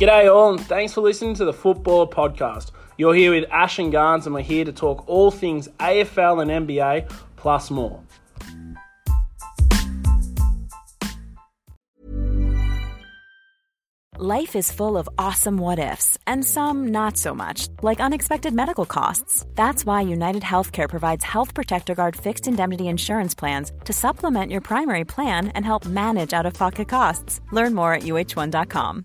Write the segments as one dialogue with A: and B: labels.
A: G'day all, and thanks for listening to the Football Podcast. You're here with Ash and Garnes, and we're here to talk all things AFL and NBA, plus more.
B: Life is full of awesome what ifs, and some not so much, like unexpected medical costs. That's why United Healthcare provides Health Protector Guard fixed indemnity insurance plans to supplement your primary plan and help manage out of pocket costs. Learn more at uh1.com.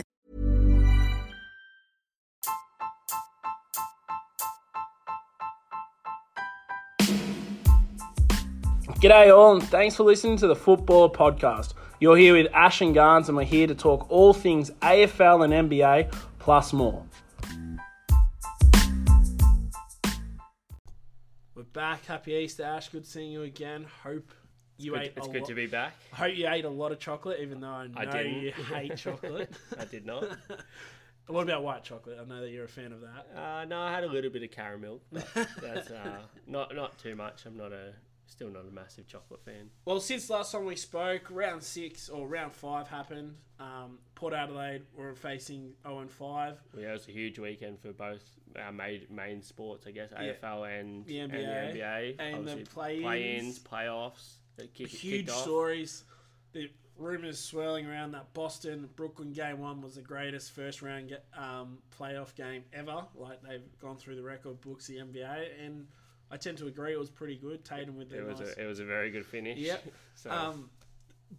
A: G'day all, and thanks for listening to the Football Podcast. You're here with Ash and Garnes, and we're here to talk all things AFL and NBA, plus more. We're back. Happy Easter, Ash. Good seeing you again. Hope you
C: Good-
A: ate.
C: it's
A: a
C: good
A: lot-
C: to be back.
A: Hope you ate a lot of chocolate, even though I know
C: didn't.
A: you hate chocolate.
C: I did not.
A: what about white chocolate? I know that you're a fan of that.
C: Uh, no, I had a little bit of caramel. But that's uh, not not too much. I'm not a still not a massive chocolate fan.
A: Well, since last time we spoke, round six or round five happened. Um, Port Adelaide were facing 0 and 5.
C: Well, yeah, it was a huge weekend for both our main, main sports, I guess,
A: Yeah.
C: AFL and
A: The
C: and
A: NBA.
C: the NBA,
A: And the
C: Obviously,
A: play-ins.
C: play-ins, playoffs. That kick,
A: Huge
C: kicked off.
A: stories. The rumors swirling around that Boston Brooklyn game one was the greatest first round ge- um, playoff game ever. Like they've gone through the record books, the NBA, and I tend to agree it was pretty good. Tatum with
C: It
A: their
C: was
A: nice.
C: a it was a very good finish.
A: Yep.
C: so
A: Um,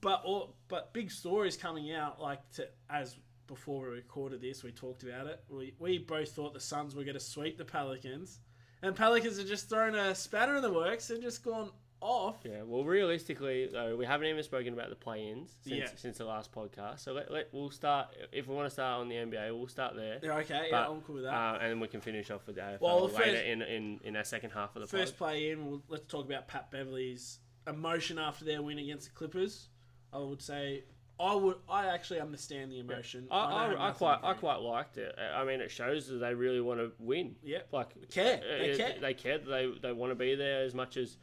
A: but all, but big stories coming out like to as before we recorded this, we talked about it. We we both thought the Suns were going to sweep the Pelicans, and Pelicans have just thrown a spanner in the works and just gone off.
C: yeah. Well, realistically, though, we haven't even spoken about the play-ins since,
A: Yeah.
C: since the last podcast. So let, let we'll start if we want to start on the NBA, we'll start there.
A: Yeah, okay, yeah, I'm cool with that.
C: Uh, and then we can finish off with the AFL
A: Well, the
C: later
A: first-
C: in, in, in our second half of the
A: First
C: first.
A: play in, we'll, let's talk about Pat Beverly's emotion after their win against the Clippers. I would say I would I actually understand the emotion.
C: I,
A: don't have
C: I, I
A: nothing
C: quite
A: to
C: I
A: do.
C: quite liked it. I I mean, it shows that they really want to win.
A: Yep.
C: like
A: Care.
C: uh,
A: They
C: uh,
A: care.
C: They care. They they want to be there as much as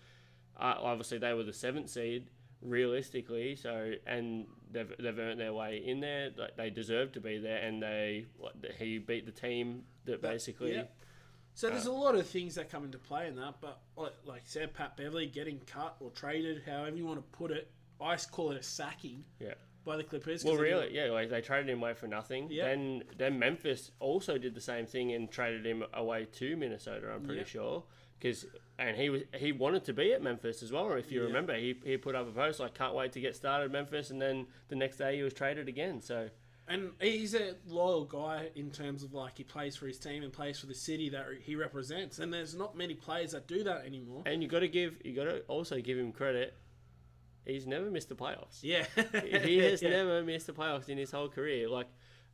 C: uh, obviously they were the seventh seed realistically. So and they've they've earned their way in there. Like, they deserve to be there, and they like, he beat the team that, basically. Uh,
A: yep. So there's a lot of things that come into play in that, but like, like I said, Pat Beverly getting cut or traded, however you want to put it, I call it a sacking
C: Yeah.
A: by the Clippers. 'cause
C: Well,
A: they didn't-
C: really, yeah. Like they traded him away for nothing.
A: Yeah.
C: Then, then Memphis also did the same thing and traded him away to Minnesota. I'm pretty
A: Yeah.
C: sure because and he was he wanted to be at Memphis as well. If you remember, he he put up a post like "Can't wait to get started Memphis," and then the next day he was traded again. So
A: And he's a loyal guy in terms of like he plays for his team and plays for the city that he represents. And there's not many players that do that anymore.
C: and you got to give you got to also give him credit. He's never missed the playoffs.
A: Yeah.
C: he has
A: Yeah.
C: never missed the playoffs in his whole career. Like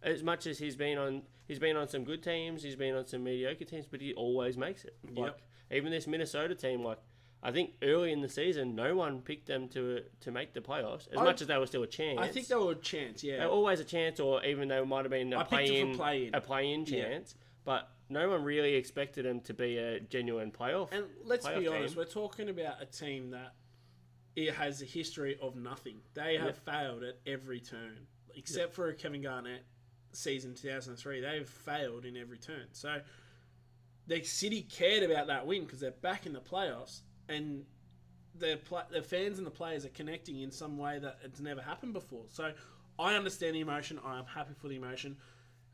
C: as much as he's been on, he's been on some good teams, he's been on some mediocre teams, but he always makes it. Like even this Minnesota team, like I think early in the season, no one picked them to to make the playoffs. As
A: I-
C: much as they were still a chance,
A: I think they were a chance, yeah.
C: they're always a chance, or even they might have been
A: I
C: a
A: picked 'em for
C: play in,
A: play-in.
C: a play in
A: Yeah.
C: chance, but no one really expected them to be a genuine playoff.
A: And let's
C: playoff
A: be honest,
C: team.
A: we're talking about a team that it has a history of nothing. They have failed at every turn, except for Kevin Garnett season 2003. They've failed in every turn. So the city cared about that win because they're back in the playoffs and the pla- the fans and the players are connecting in some way that it's never happened before. So I understand the emotion. I am happy for the emotion.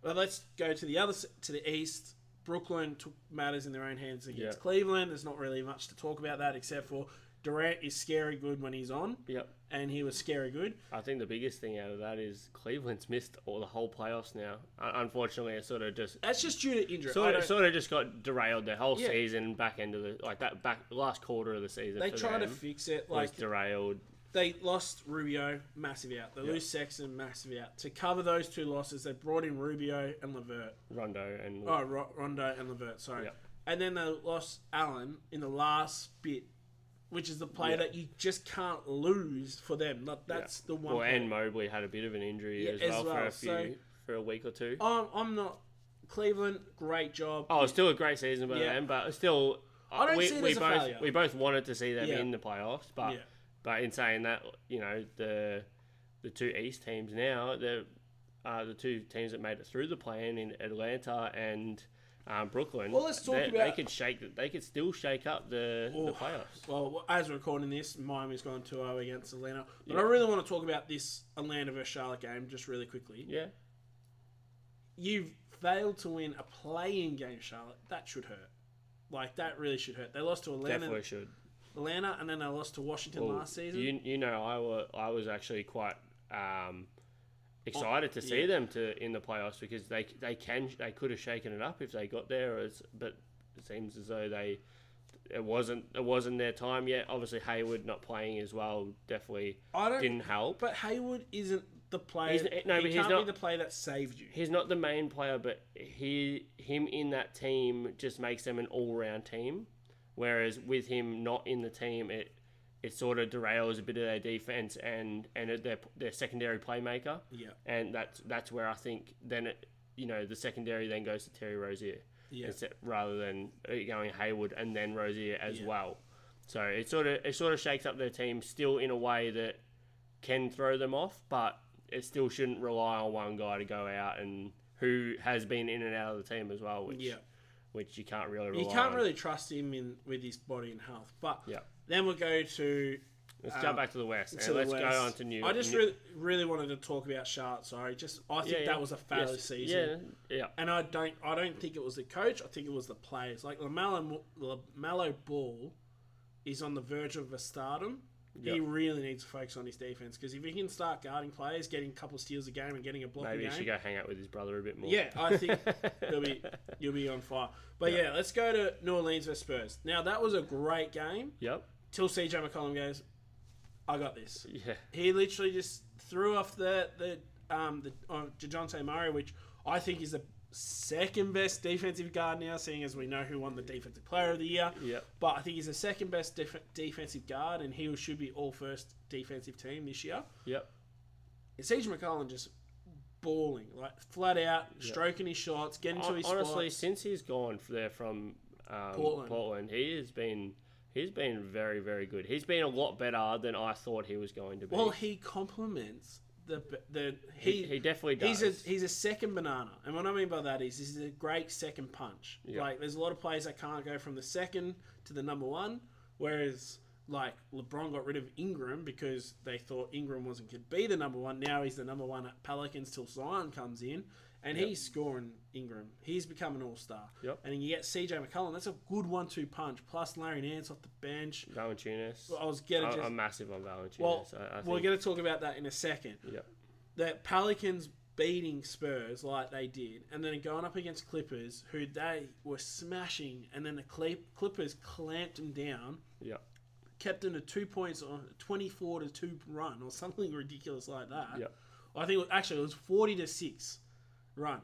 A: But let's go to the other s- to the east. Brooklyn took matters in their own hands against
C: Yeah.
A: Cleveland. There's not really much to talk about that except for Durant is scary good when he's on,
C: Yep.
A: and he was scary good.
C: I think the biggest thing out of that is Cleveland's missed all the whole playoffs now. Un- Unfortunately, it sort of just
A: That's just due to injury. I
C: sort
A: don't-
C: of, sort of just got derailed the whole
A: Yeah.
C: season back end of the like that back last quarter of the season.
A: they
C: for
A: try to
C: them
A: fix it.
C: was
A: Like
C: derailed.
A: they lost Rubio, massive out. They lose Sexton, massive out. To cover those two losses, they brought in Rubio and Levert.
C: Rondo and
A: Oh, Ro- Rondo and Levert, sorry.
C: Yeah.
A: And then they lost Allen in the last bit, which is the play that you just can't lose for them. Like, that's the one.
C: well,
A: play.
C: and Mobley had a bit of an injury
A: Yeah,
C: as,
A: as
C: well for
A: well,
C: a few
A: so-
C: for a week or two. Oh,
A: I'm, I'm not. Cleveland, great job.
C: it's still a great season by
A: Yeah.
C: them, but still,
A: I don't
C: we,
A: see it
C: we
A: as a
C: both
A: failure.
C: we both wanted to see them
A: Yeah.
C: in the playoffs, but
A: Yeah.
C: but in saying that, you know the the two East teams now the uh, the two teams that made it through the play-in in Atlanta and um, Brooklyn.
A: Well, let's talk
C: they, they
A: about-
C: could shake they could still shake up the, the playoffs.
A: Well, as we're recording this, Miami's gone 2 0 against Atlanta. But I really want to talk about this Atlanta versus Charlotte game just really quickly.
C: Yeah,
A: You've failed to win a playing game, Charlotte. That should hurt. Like, that really should hurt. They lost to Atlanta,
C: definitely should.
A: Atlanta and then they lost to Washington
C: Well,
A: last season.
C: You, you know, I was I was actually quite um, excited to see
A: yeah.
C: them to in the playoffs because they they can they could have shaken it up if they got there, as, but it seems as though they it wasn't it wasn't their time yet. Obviously, Hayward not playing as well definitely
A: I don't-
C: didn't help.
A: But Hayward isn't the player.
C: He's- no,
A: he
C: but he's
A: can't
C: not-
A: be the player that saved you.
C: He's not the main player, but he him in that team just makes them an all round team. Whereas with him not in the team, it it sort of derails a bit of their defense and and their their secondary playmaker.
A: Yeah.
C: and that's that's where I think then it, you know the secondary then goes to Terry Rozier.
A: Yeah.
C: instead- rather than it going Hayward and then Rozier as well. So it sort of it sort of shakes up their team still in a way that can throw them off, but it still shouldn't rely on one guy to go out and who has been in and out of the team as well, which
A: Yeah.
C: which you can't really rely
A: You can't
C: on.
A: really trust him in with his body and health. But
C: Yeah.
A: then we'll go to
C: Let's jump back to the West
A: um, to
C: and
A: the
C: let's
A: West.
C: go on to New
A: I just
C: New-
A: really, really wanted to talk about Charlotte. Sorry, just I think
C: Yeah, yeah.
A: that was a failure
C: Yes.
A: season.
C: Yeah, yeah.
A: And I don't, I don't think it was the coach. I think it was the players. Like Lamelo, Lamelo Ball, is on the verge of a stardom. He
C: Yep.
A: really needs to focus on his defense because if he can start guarding players, getting a couple steals a game, and getting a block
C: Maybe
A: a
C: he
A: game,
C: should go hang out with his brother a bit more.
A: Yeah, I think you'll be you'll be on fire. But yeah. let's go to New Orleans versus Spurs. Now that was a great game
C: Yep.
A: till CJ McCollum goes, "I got this."
C: Yeah.
A: He literally just threw off the the um the uh, Dejounte Murray, which I think is the second best defensive guard now, seeing as we know who won the Defensive Player of the Year.
C: Yep.
A: But I think he's the second best def- defensive guard, and he should be all first defensive team this year.
C: Yep.
A: CJ McCollum just balling, like flat out, stroking his shots, getting to
C: Hon-
A: his
C: honestly,
A: spots.
C: since he's gone f- there from um,
A: Portland.
C: Portland. he has been he's been very very good. He's been a lot better than I thought he was going to be.
A: Well, he complements the the he,
C: He- he definitely
A: He's
C: does.
A: a he's a second banana, and what I mean by that is he's a great second punch. Like there's a lot of players that can't go from the second to the number one, whereas. Like LeBron got rid of Ingram because they thought Ingram wasn't could be the number one. Now he's the number one at Pelicans till Zion comes in, and he's scoring Ingram. He's become an all star.
C: Yep.
A: And then you get CJ McCollum. That's a good one two punch. Plus Larry Nance off the bench.
C: Valanciunas,
A: I was gonna
C: I'm-
A: just-
C: I'm massive on Valanciunas.
A: Well,
C: I, I
A: we're
C: think,
A: going to talk about that in a second.
C: Yep.
A: That Pelicans beating Spurs like they did, and then going up against Clippers, who they were smashing, and then the Clip- Clippers clamped them down,
C: Yep.
A: kept them to two points on a 24 to 2 run or something ridiculous like that.
C: Yep.
A: I think it was, actually it was 40 to 6 run.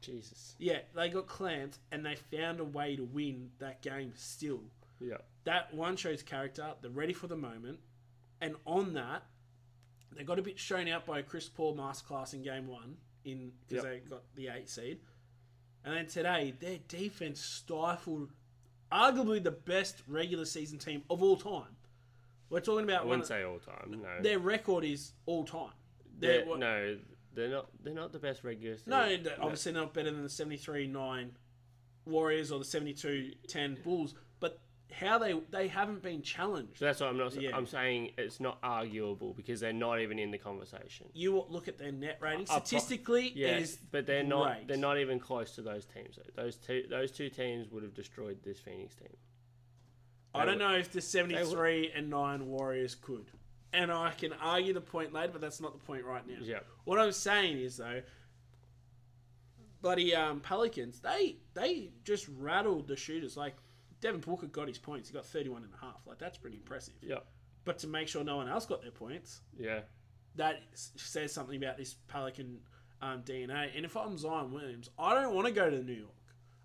C: Jesus.
A: Yeah, they got clamped and they found a way to win that game still
C: Yep.
A: that one shows character. They're ready for the moment, and on that, they got a bit shown out by a Chris Paul masterclass in game one in because
C: Yep.
A: they got the eight seed, and then today their defense stifled arguably the best regular season team of all time. We're talking
C: I
A: about one.
C: wouldn't
A: of-
C: say all time. No.
A: Their record is all time. They're,
C: They're-
A: what- no,
C: no. They're not. They're not the best regulars.
A: they're obviously not better than the 73 9 Warriors or the 72-10 Bulls, but how they they haven't been challenged.
C: So that's what I'm not.
A: Yeah.
C: I'm saying it's not arguable because they're not even in the conversation.
A: You look at their net rating
C: Up-
A: statistically.
C: Yes,
A: is
C: but they're not.
A: great.
C: They're not even close to those teams. Though. Those two. Those two teams would have destroyed this Phoenix team.
A: I don't
C: would-
A: know if the 73 and 9 Warriors could. And I can argue the point later, but that's not the point right now.
C: Yep.
A: What I'm saying is though, bloody um, Pelicans, they they just rattled the shooters. Like Devin Booker got his points. He got 31 and a half. Like that's pretty impressive.
C: Yeah.
A: But to make sure no one else got their points,
C: Yeah.
A: that s- says something about this Pelican um, DNA. And if I'm Zion Williams, I don't want to go to New York.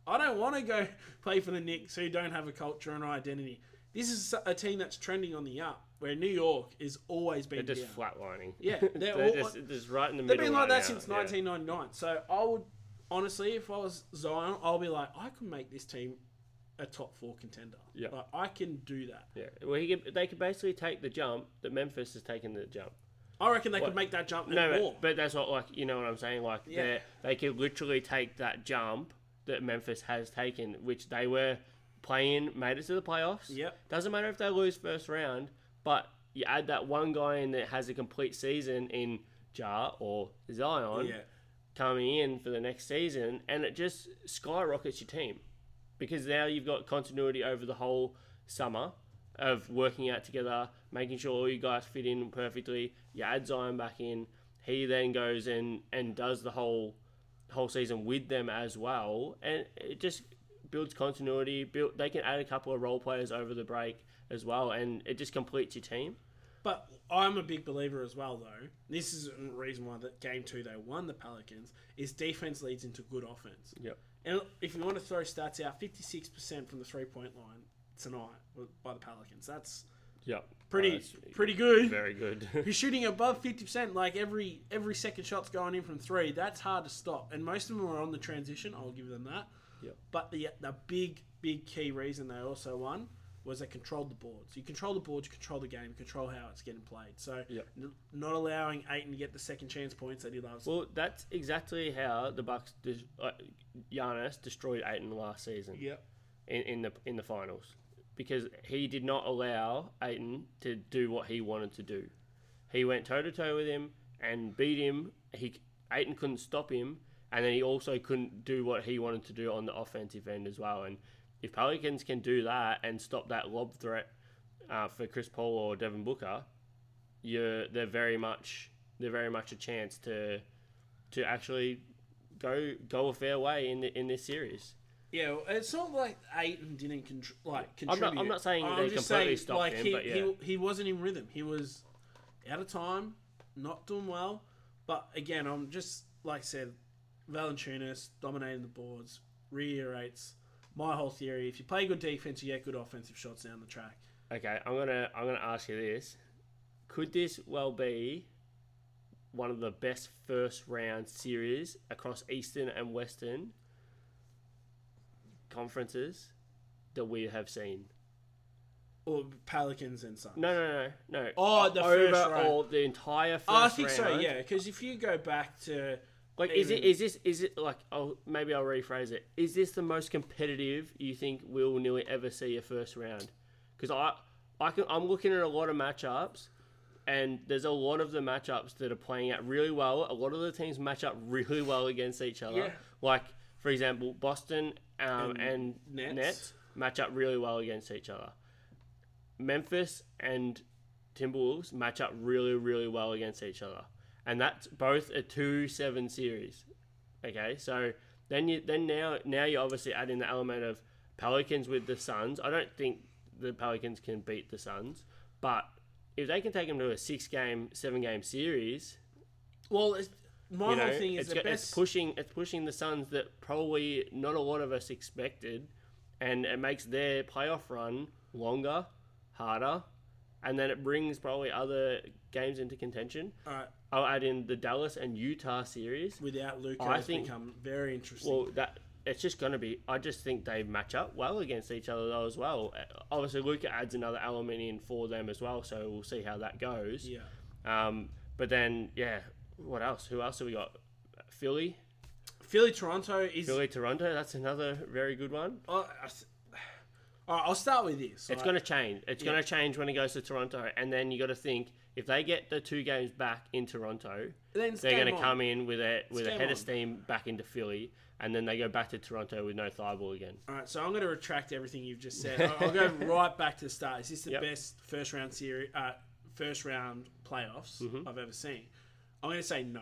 A: I don't want to go play for the Knicks who don't have a culture and identity. This is a team that's trending on the up, where New York has always
C: They're
A: been
C: just
A: down.
C: flatlining.
A: Yeah,
C: they're,
A: they're all-
C: just, just right in the
A: They've
C: middle.
A: been like
C: right
A: that
C: now,
A: since
C: yeah.
A: 1999. So I would honestly, if I was Zion, I'll be like, I can make this team a top four contender.
C: Yeah.
A: like, I can do that.
C: Yeah. Well, he could, they could basically take the jump that Memphis has taken the jump.
A: I reckon they
C: What?
A: could make that jump and
C: No,
A: more.
C: but, but that's what like you know what I'm saying. Like
A: Yeah.
C: they're they could literally take that jump that Memphis has taken, which they were playing, made it to the playoffs.
A: Yep.
C: Doesn't matter if they lose first round, but you add that one guy in that has a complete season in Jar or Zion
A: yeah,
C: coming in for the next season, and it just skyrockets your team because now you've got continuity over the whole summer of working out together, making sure all you guys fit in perfectly. You add Zion back in, he then goes and and does the whole whole season with them as well, and it just builds continuity. Build they can add a couple of role players over the break as well, and it just completes your team.
A: But I'm a big believer as well, though. This is a reason why that game two they won the Pelicans is defense leads into good offense.
C: Yep.
A: And if you want to throw stats out, 56% from the three point line tonight by the Pelicans. That's
C: Yep. Uh,
A: pretty pretty good.
C: Oh, Very good.
A: You're shooting above 50%, like every every second shot's going in from three. That's hard to stop. And most of them are on the transition. I'll give them that.
C: Yep.
A: But the the big big key reason they also won was they controlled the boards. You control the boards, you control the game, you control how it's getting played. So
C: Yep.
A: n- not allowing Aiton to get the second chance points that he loves.
C: Well, that's exactly how the Bucks, dis- uh, Giannis destroyed Aiton last season
A: yep.
C: in, in the in the finals because he did not allow Aiton to do what he wanted to do. He went toe to toe with him and beat him. He Aiton couldn't stop him, and then he also couldn't do what he wanted to do on the offensive end as well. And if Pelicans can do that and stop that lob threat uh, for Chris Paul or Devin Booker, you're they're very much they're very much a chance to to actually go go a fair way in the, in this series.
A: Yeah, well, it's not like Aiton didn't contr like
C: not- I'm
A: contribute.
C: not saying they
A: just
C: completely stopped him,
A: he,
C: but yeah.
A: he he wasn't in rhythm. He was out of time, not doing well. But again, I'm just like I said, Valanciunas dominating the boards reiterates my whole theory. If you play good defense, you get good offensive shots down the track.
C: Okay, I'm gonna I'm gonna ask you this: Could this well be one of the best first round series across Eastern and Western conferences that we have seen?
A: Or Pelicans and Suns.
C: No, no, no, no.
A: Oh, the
C: Overall,
A: first round.
C: the entire first
A: Oh, I think so.
C: round.
A: Yeah, because if you go back to
C: Like, is it
A: even-
C: is this is it like? I'll, maybe I'll rephrase it. Is this the most competitive you think we'll nearly ever see a first round? Because I I can I'm looking at a lot of matchups, and there's a lot of the matchups that are playing out really well. A lot of the teams match up really well against each other.
A: Yeah.
C: Like for example, Boston um, and,
A: Nets.
C: Nets match up really well against each other. Memphis and Timberwolves match up really, really well against each other, and that's both a two-seven series. Okay, so then you then now now you obviously add in the element of Pelicans with the Suns. I don't think the Pelicans can beat the Suns, but if they can take them to a six-game, seven-game series,
A: well, it's, my
C: you know,
A: whole thing is
C: it's,
A: the
C: go-
A: best
C: it's pushing it's pushing the Suns that probably not a lot of us expected, and it makes their playoff run longer, harder, and then it brings probably other games into contention.
A: Alright.
C: I'll add in the Dallas and Utah series.
A: without Luca
C: I
A: has
C: think-
A: become very interesting.
C: Well, that it's just going to be. I just think they match up well against each other though as well. Uh, Obviously, Luca adds another element in for them as well, so we'll see how that goes.
A: yeah.
C: Um, but then, yeah, what else? Who else have we got? Philly.
A: Philly Toronto is.
C: Philly Toronto, that's another very good one.
A: Uh, I s- all right, I'll start with this.
C: It's
A: all
C: going
A: right?
C: to change. It's
A: Yeah.
C: going to change when it goes to Toronto, and then you got to think if they get the two games back in Toronto,
A: Then it's
C: they're going
A: game
C: to
A: on.
C: come in with a with a
A: game
C: head
A: on.
C: of steam back into Philly, and then they go back to Toronto with no thigh ball again.
A: All right, so I'm going to retract everything you've just said. I'll- I'll go right back to the start. Is this the
C: Yep.
A: best first round series, uh, first round playoffs
C: Mm-hmm.
A: I've ever seen? I'm going to say no.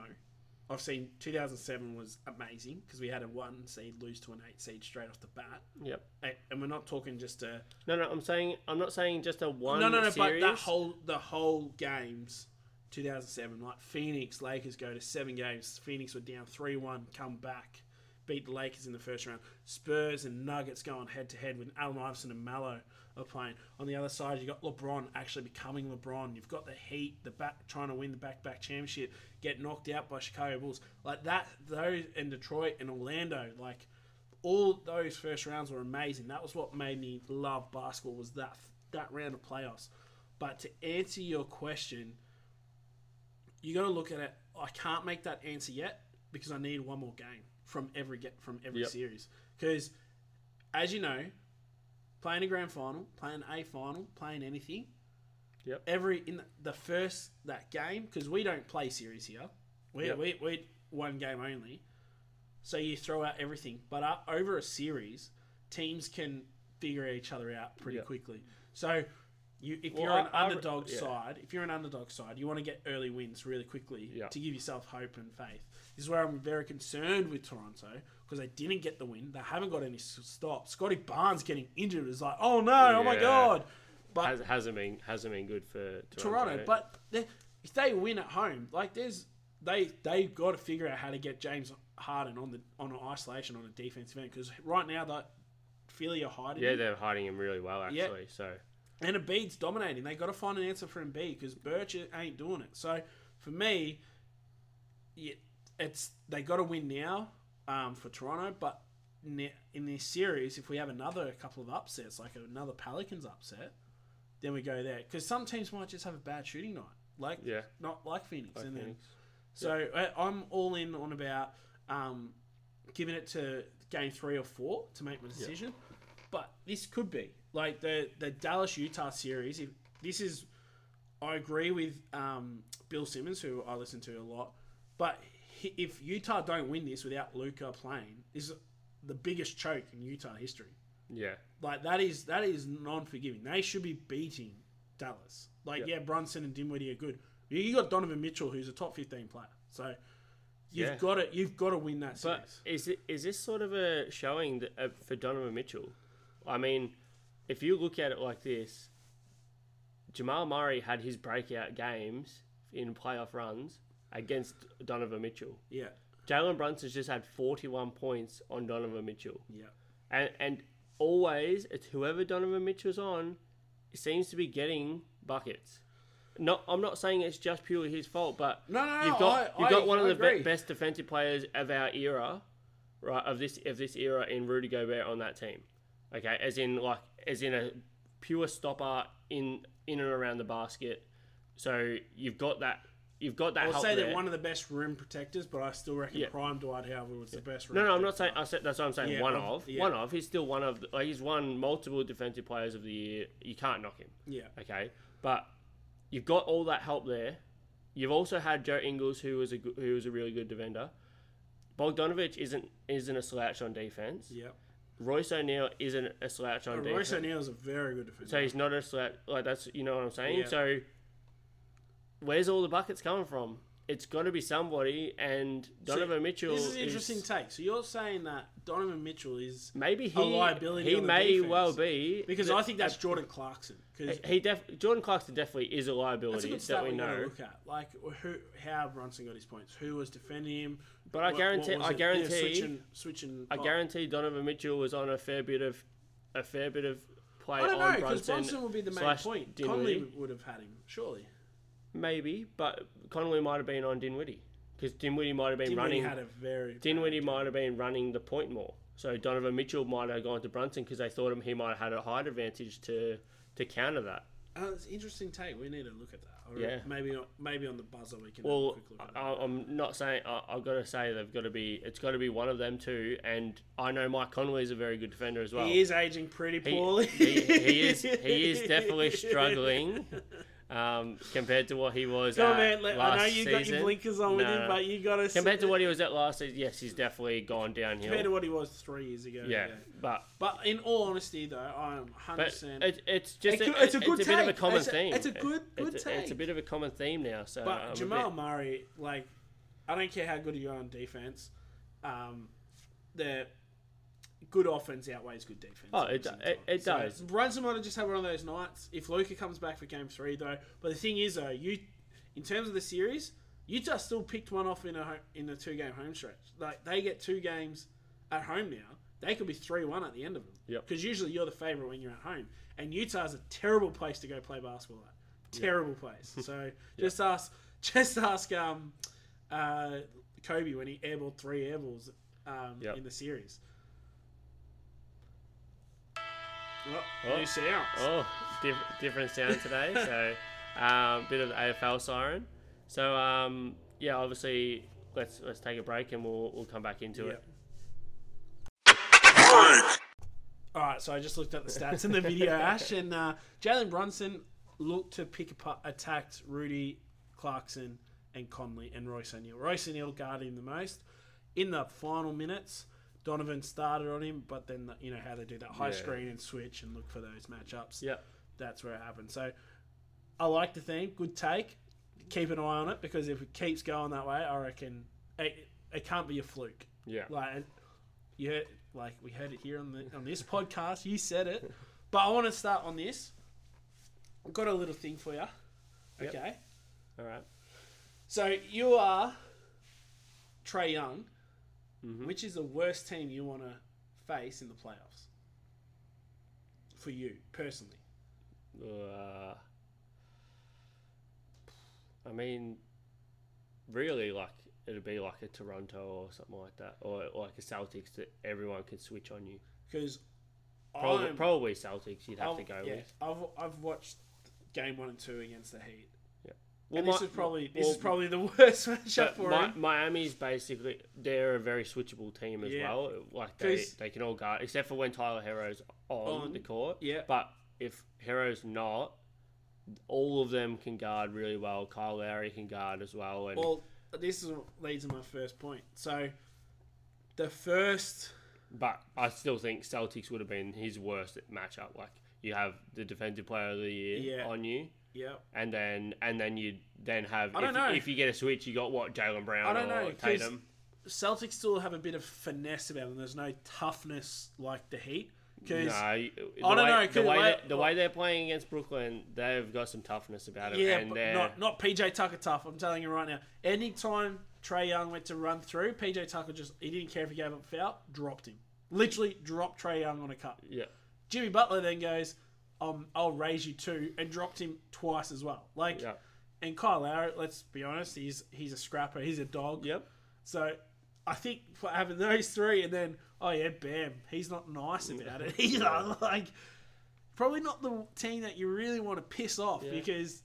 A: I've seen 2007 was amazing because we had a one seed lose to an eight seed straight off the bat,
C: Yep.
A: A- and we're not talking just a
C: No, no, I'm saying I'm not saying just a one.
A: no, no, no.
C: series.
A: But that whole the whole games, 2007, like Phoenix Lakers go to seven games. Phoenix were down three one, come back, beat the Lakers in the first round. Spurs and Nuggets going head to head when Allen Iverson and Mallow are playing. On the other side, you got LeBron actually becoming LeBron. You've got the Heat, the back trying to win the back back championship, get knocked out by Chicago Bulls like that. Those and Detroit and Orlando like all those first rounds were amazing. That was what made me love basketball was that that round of playoffs. But to answer your question, you got to look at it. I can't make that answer yet because I need one more game from every get from every
C: Yep.
A: series. Because as you know, playing a grand final, playing a final, playing anything,
C: Yep.
A: every in the, the first that game because we don't play series here. We
C: Yep.
A: we we one game only, so you throw out everything. But uh, over a series, teams can figure each other out pretty
C: Yep.
A: quickly. So. You, if
C: Well,
A: you're an
C: I- I re-
A: underdog
C: yeah.
A: side, if you're an underdog side, you want to get early wins really quickly
C: Yeah.
A: to give yourself hope and faith. This is where I'm very concerned with Toronto because they didn't get the win. They haven't got any s- stops. Scotty Barnes getting injured is like, oh no, oh my
C: Yeah.
A: god. But
C: Has, hasn't been hasn't been good for Toronto.
A: Toronto, but they, if they win at home, like there's they they got to figure out how to get James Harden on the on an isolation on a defensive end because right now that Philly are hiding
C: yeah,
A: him,
C: they're hiding him really well actually.
A: Yeah.
C: So
A: and Embiid's dominating. They got to find an answer for Embiid because Birch ain't doing it. So for me, yeah, it's they got to win now um, for Toronto, but. ne- In this series, if we have another couple of upsets, like another Pelicans upset, then we go there because some teams might just have a bad shooting night, like
C: Yeah.
A: not like Phoenix,
C: like
A: and then
C: Phoenix.
A: so I I'm all in on about um, giving it to game three or four to make my decision. But this could be like the the Dallas Utah series. If this is, I agree with um, Bill Simmons, who I listen to a lot. But he, if Utah don't win this without Luca playing, this is the biggest choke in Utah history.
C: yeah,
A: Like that is that is non forgiving. They should be beating Dallas. Like yeah, Brunson and Dinwiddie are good. You- You got Donovan Mitchell, who's a top fifteen player. So you've
C: Yeah.
A: got to you've got to win that series.
C: but is it is this sort of a showing that, uh, for Donovan Mitchell? I mean, if you look at it like this, Jamal Murray had his breakout games in playoff runs against Donovan Mitchell.
A: yeah,
C: Jalen Brunson's just had 41 points on Donovan Mitchell.
A: yeah,
C: and and always it's whoever Donovan Mitchell's on seems to be getting buckets. No, I'm not saying it's just purely his fault, but
A: No, no, no,
C: you've got
A: I-
C: you've
A: I-
C: got one of
A: I
C: the be-
A: agree.
C: best defensive players of our era, right? Of this of this era in Rudy Gobert on that team. Okay, as in like as in a pure stopper in in and around the basket. So you've got that you've got that.
A: I'll
C: help
A: say
C: there.
A: they're one of the best rim protectors, but I still reckon
C: Yeah.
A: Prime Dwight Howard was the best. Rim
C: No, no, I'm not
A: protector.
C: saying. I said that's what I'm saying.
A: Yeah,
C: one
A: of-
C: of,
A: yeah.
C: one of. He's still one of. the- Like he's won multiple defensive players of the year. You can't knock him.
A: Yeah.
C: Okay, but you've got all that help there. You've also had Joe Ingles, who was a go- who was a really good defender. Bogdanovich isn't isn't a slouch on defense.
A: Yep.
C: Royce O'Neal isn't a slouch on
A: But
C: defense.
A: Oh, Royce O'Neal is a very good defender.
C: So he's not a slouch. Like that's you know what I'm saying.
A: Yeah.
C: So where's all the buckets coming from? It's got to be somebody. And
A: So
C: Donovan Mitchell.
A: This is an interesting take. So you're saying that Donovan Mitchell is
C: Maybe he
A: a liability.
C: he
A: on the
C: may
A: defense.
C: well be
A: because
C: that-
A: I think that's Jordan Clarkson. Because
C: he def- Jordan Clarkson definitely is a
A: That's a
C: liability
A: good
C: that
A: stat
C: we
A: we got to
C: know.
A: look at. Like who, how Brunson got his points, who was defending him.
C: But I guarantee-
A: was
C: I
A: it?
C: guarantee-
A: switching, switching.
C: I
A: oh.
C: guarantee Donovan Mitchell was on a fair bit of a fair bit of play
A: I don't know
C: on
A: because
C: Brunson.
A: Brunson would be the main
C: slash
A: point.
C: Dinwiddie.
A: Conley would have had him surely.
C: maybe, but Conley might have been on Dinwiddie because Dinwiddie might have been
A: Dinwiddie
C: running.
A: had a very.
C: Dinwiddie might have been running the point more. So Donovan Mitchell might have gone to Brunson because they thought him he might have had a height advantage to to counter that.
A: Uh, it's an interesting take. We need to look at that. I Or
C: Yeah.
A: Maybe maybe on the buzzer we can
C: Well,
A: quickly.
C: I, I'm not saying I, I've got to say they've got to be. It's got to be one of them two. And I know Mike Conway's a very good defender as well.
A: he is aging pretty
C: uh, He-
A: poorly.
C: He, he is. He is definitely struggling um, compared to what he was.
A: Come on,
C: at
A: man. Let, I
C: last
A: know you got
C: season.
A: your blinkers on with
C: No.
A: him, but you got to
C: compared to what he was at last season, yes, he's definitely gone downhill.
A: compared to what he was three years ago.
C: yeah, but
A: But in all honesty, though, I am
C: But
A: 100%.
C: it, it's just
A: It could-
C: a,
A: it's a good
C: bit of a
A: take.
C: common
A: It's a-
C: theme.
A: it's a
C: It-
A: good- good
C: it's, a- It's a
A: take.
C: bit of a common theme now. So
A: But
C: I'm uh, a
A: Jamal
C: bit-
A: Murray, like, I don't care how good you are on defense, um, the good offense outweighs good defense.
C: Oh,
A: most
C: it-
A: of the
C: it-
A: time.
C: it does.
A: Brunson might have just had one of those nights. If Luca comes back for game three, though, but the thing is, though, you in terms of the series, Utah still picked one off in a ho- in a two game home stretch. Like they get two games at home now. They could be three one at the end of them.
C: Yep.
A: Because usually you're the favorite when you're at home, and Utah's a terrible place to go play basketball at. Terrible place. So just ask, just ask um, uh, Kobe when he airballed three airballs um,
C: Yep.
A: in the series.
C: Oh.
A: Well, new sounds.
C: Oh, diff- different sound today. so, um, bit of the AFL siren. So, um, yeah, obviously, let's let's take a break and we'll we'll come back into it.
A: Yep. All right, so I just looked up the stats in the video, Ash, and uh, Jalen Brunson looked to pick apart, attacked Rudy Clarkson and Conley and Royce O'Neal. Royce O'Neal guarded him the most. In the final minutes, Donovan started on him, but then you know how they do that high screen and switch and look for those matchups.
C: Yep.
A: that's where it happened. So I like the thing. Good take. Keep an eye on it because if it keeps going that way, I reckon it, it can't be a fluke.
C: Yeah.
A: Like you heard, like we heard it here on the on this podcast. You said it, but I want to start on this. I've got a little thing for you.
C: Yep.
A: Okay.
C: All right.
A: So you are Trey Young.
C: Mm-hmm.
A: Which is the worst team you want to face in the playoffs? For you personally,
C: Uh, I mean, really, like it'd be like a Toronto or something like that, or, or like a Celtics that everyone could switch on you.
A: because
C: Probably,
A: I'm,
C: probably Celtics. You'd have
A: I've,
C: to go
A: yeah,
C: with.
A: I've I've watched game one and two against the Heat.
C: Well,
A: and this
C: my-
A: is probably this is
C: well,
A: probably the worst matchup
C: But
A: for
C: Mi-
A: him.
C: Miami's basically they're a very switchable team as
A: Yeah.
C: well. Like they,
A: 'Cause-
C: they can all guard except for when Tyler Hero's on,
A: On,
C: the court.
A: yeah.
C: But if Hero's not, all of them can guard really well. Kyle Lowry can guard as well. And
A: Well, this is what leads to my first point. So, the first,
C: but I still think Celtics would have been his worst matchup. Like you have the defensive player of the year
A: Yeah.
C: on you.
A: yeah,
C: And then and then you then have
A: I don't
C: if,
A: know.
C: if you get a switch you got what Jalen Brown
A: I don't
C: or
A: know, 'cause-
C: Tatum.
A: Celtics still have a bit of finesse about them. There's no toughness like the Heat. Because
C: No, you- the
A: I don't
C: way,
A: know, 'cause
C: The way,
A: like-
C: that- the way they're playing against Brooklyn, they've got some toughness about them.
A: yeah,
C: and
A: but
C: they're-
A: not not PJ Tucker tough. I'm telling you right now. Anytime Trey Young went to run through, PJ Tucker just he didn't care if he gave up a foul, dropped him. Literally dropped Trey Young on a cut.
C: yeah,
A: Jimmy Butler then goes, um, I'll raise you two, and dropped him twice as well. Like,
C: Yeah.
A: and Kyle Lowry, let's be honest, he's he's a scrapper, he's a dog.
C: Yep.
A: So I think for having those three, and then oh yeah, bam, he's not nice about it either. Like, probably not the team that you really want to piss off because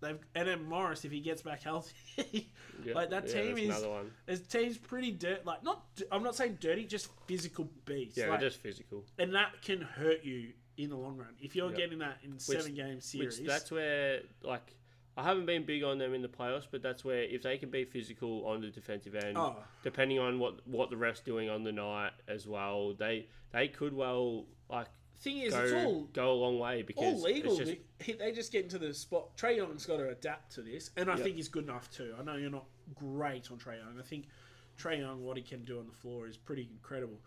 A: they've and then Morris if he gets back healthy,
C: Yeah,
A: like that
C: yeah,
A: team
C: that's
A: is.
C: another one.
A: This team's pretty dirt, like not. I'm not saying dirty, just physical beasts.
C: yeah,
A: like,
C: they're just physical.
A: and that can hurt you in the long run if you're getting that in seven game series.
C: Which that's where like I haven't been big on them in the playoffs, but that's where if they can be physical on the defensive end,
A: Oh.
C: depending on what what the refs doing on the night as well, they they could well like
A: thing is,
C: go
A: it's all
C: go a long way because
A: all legal.
C: It's just,
A: They- they just get into the spot. Trey Young's got to adapt to this, and I think he's good enough too. I know you're not great on Trey Young. I think Trey Young, what he can do on the floor is pretty incredible,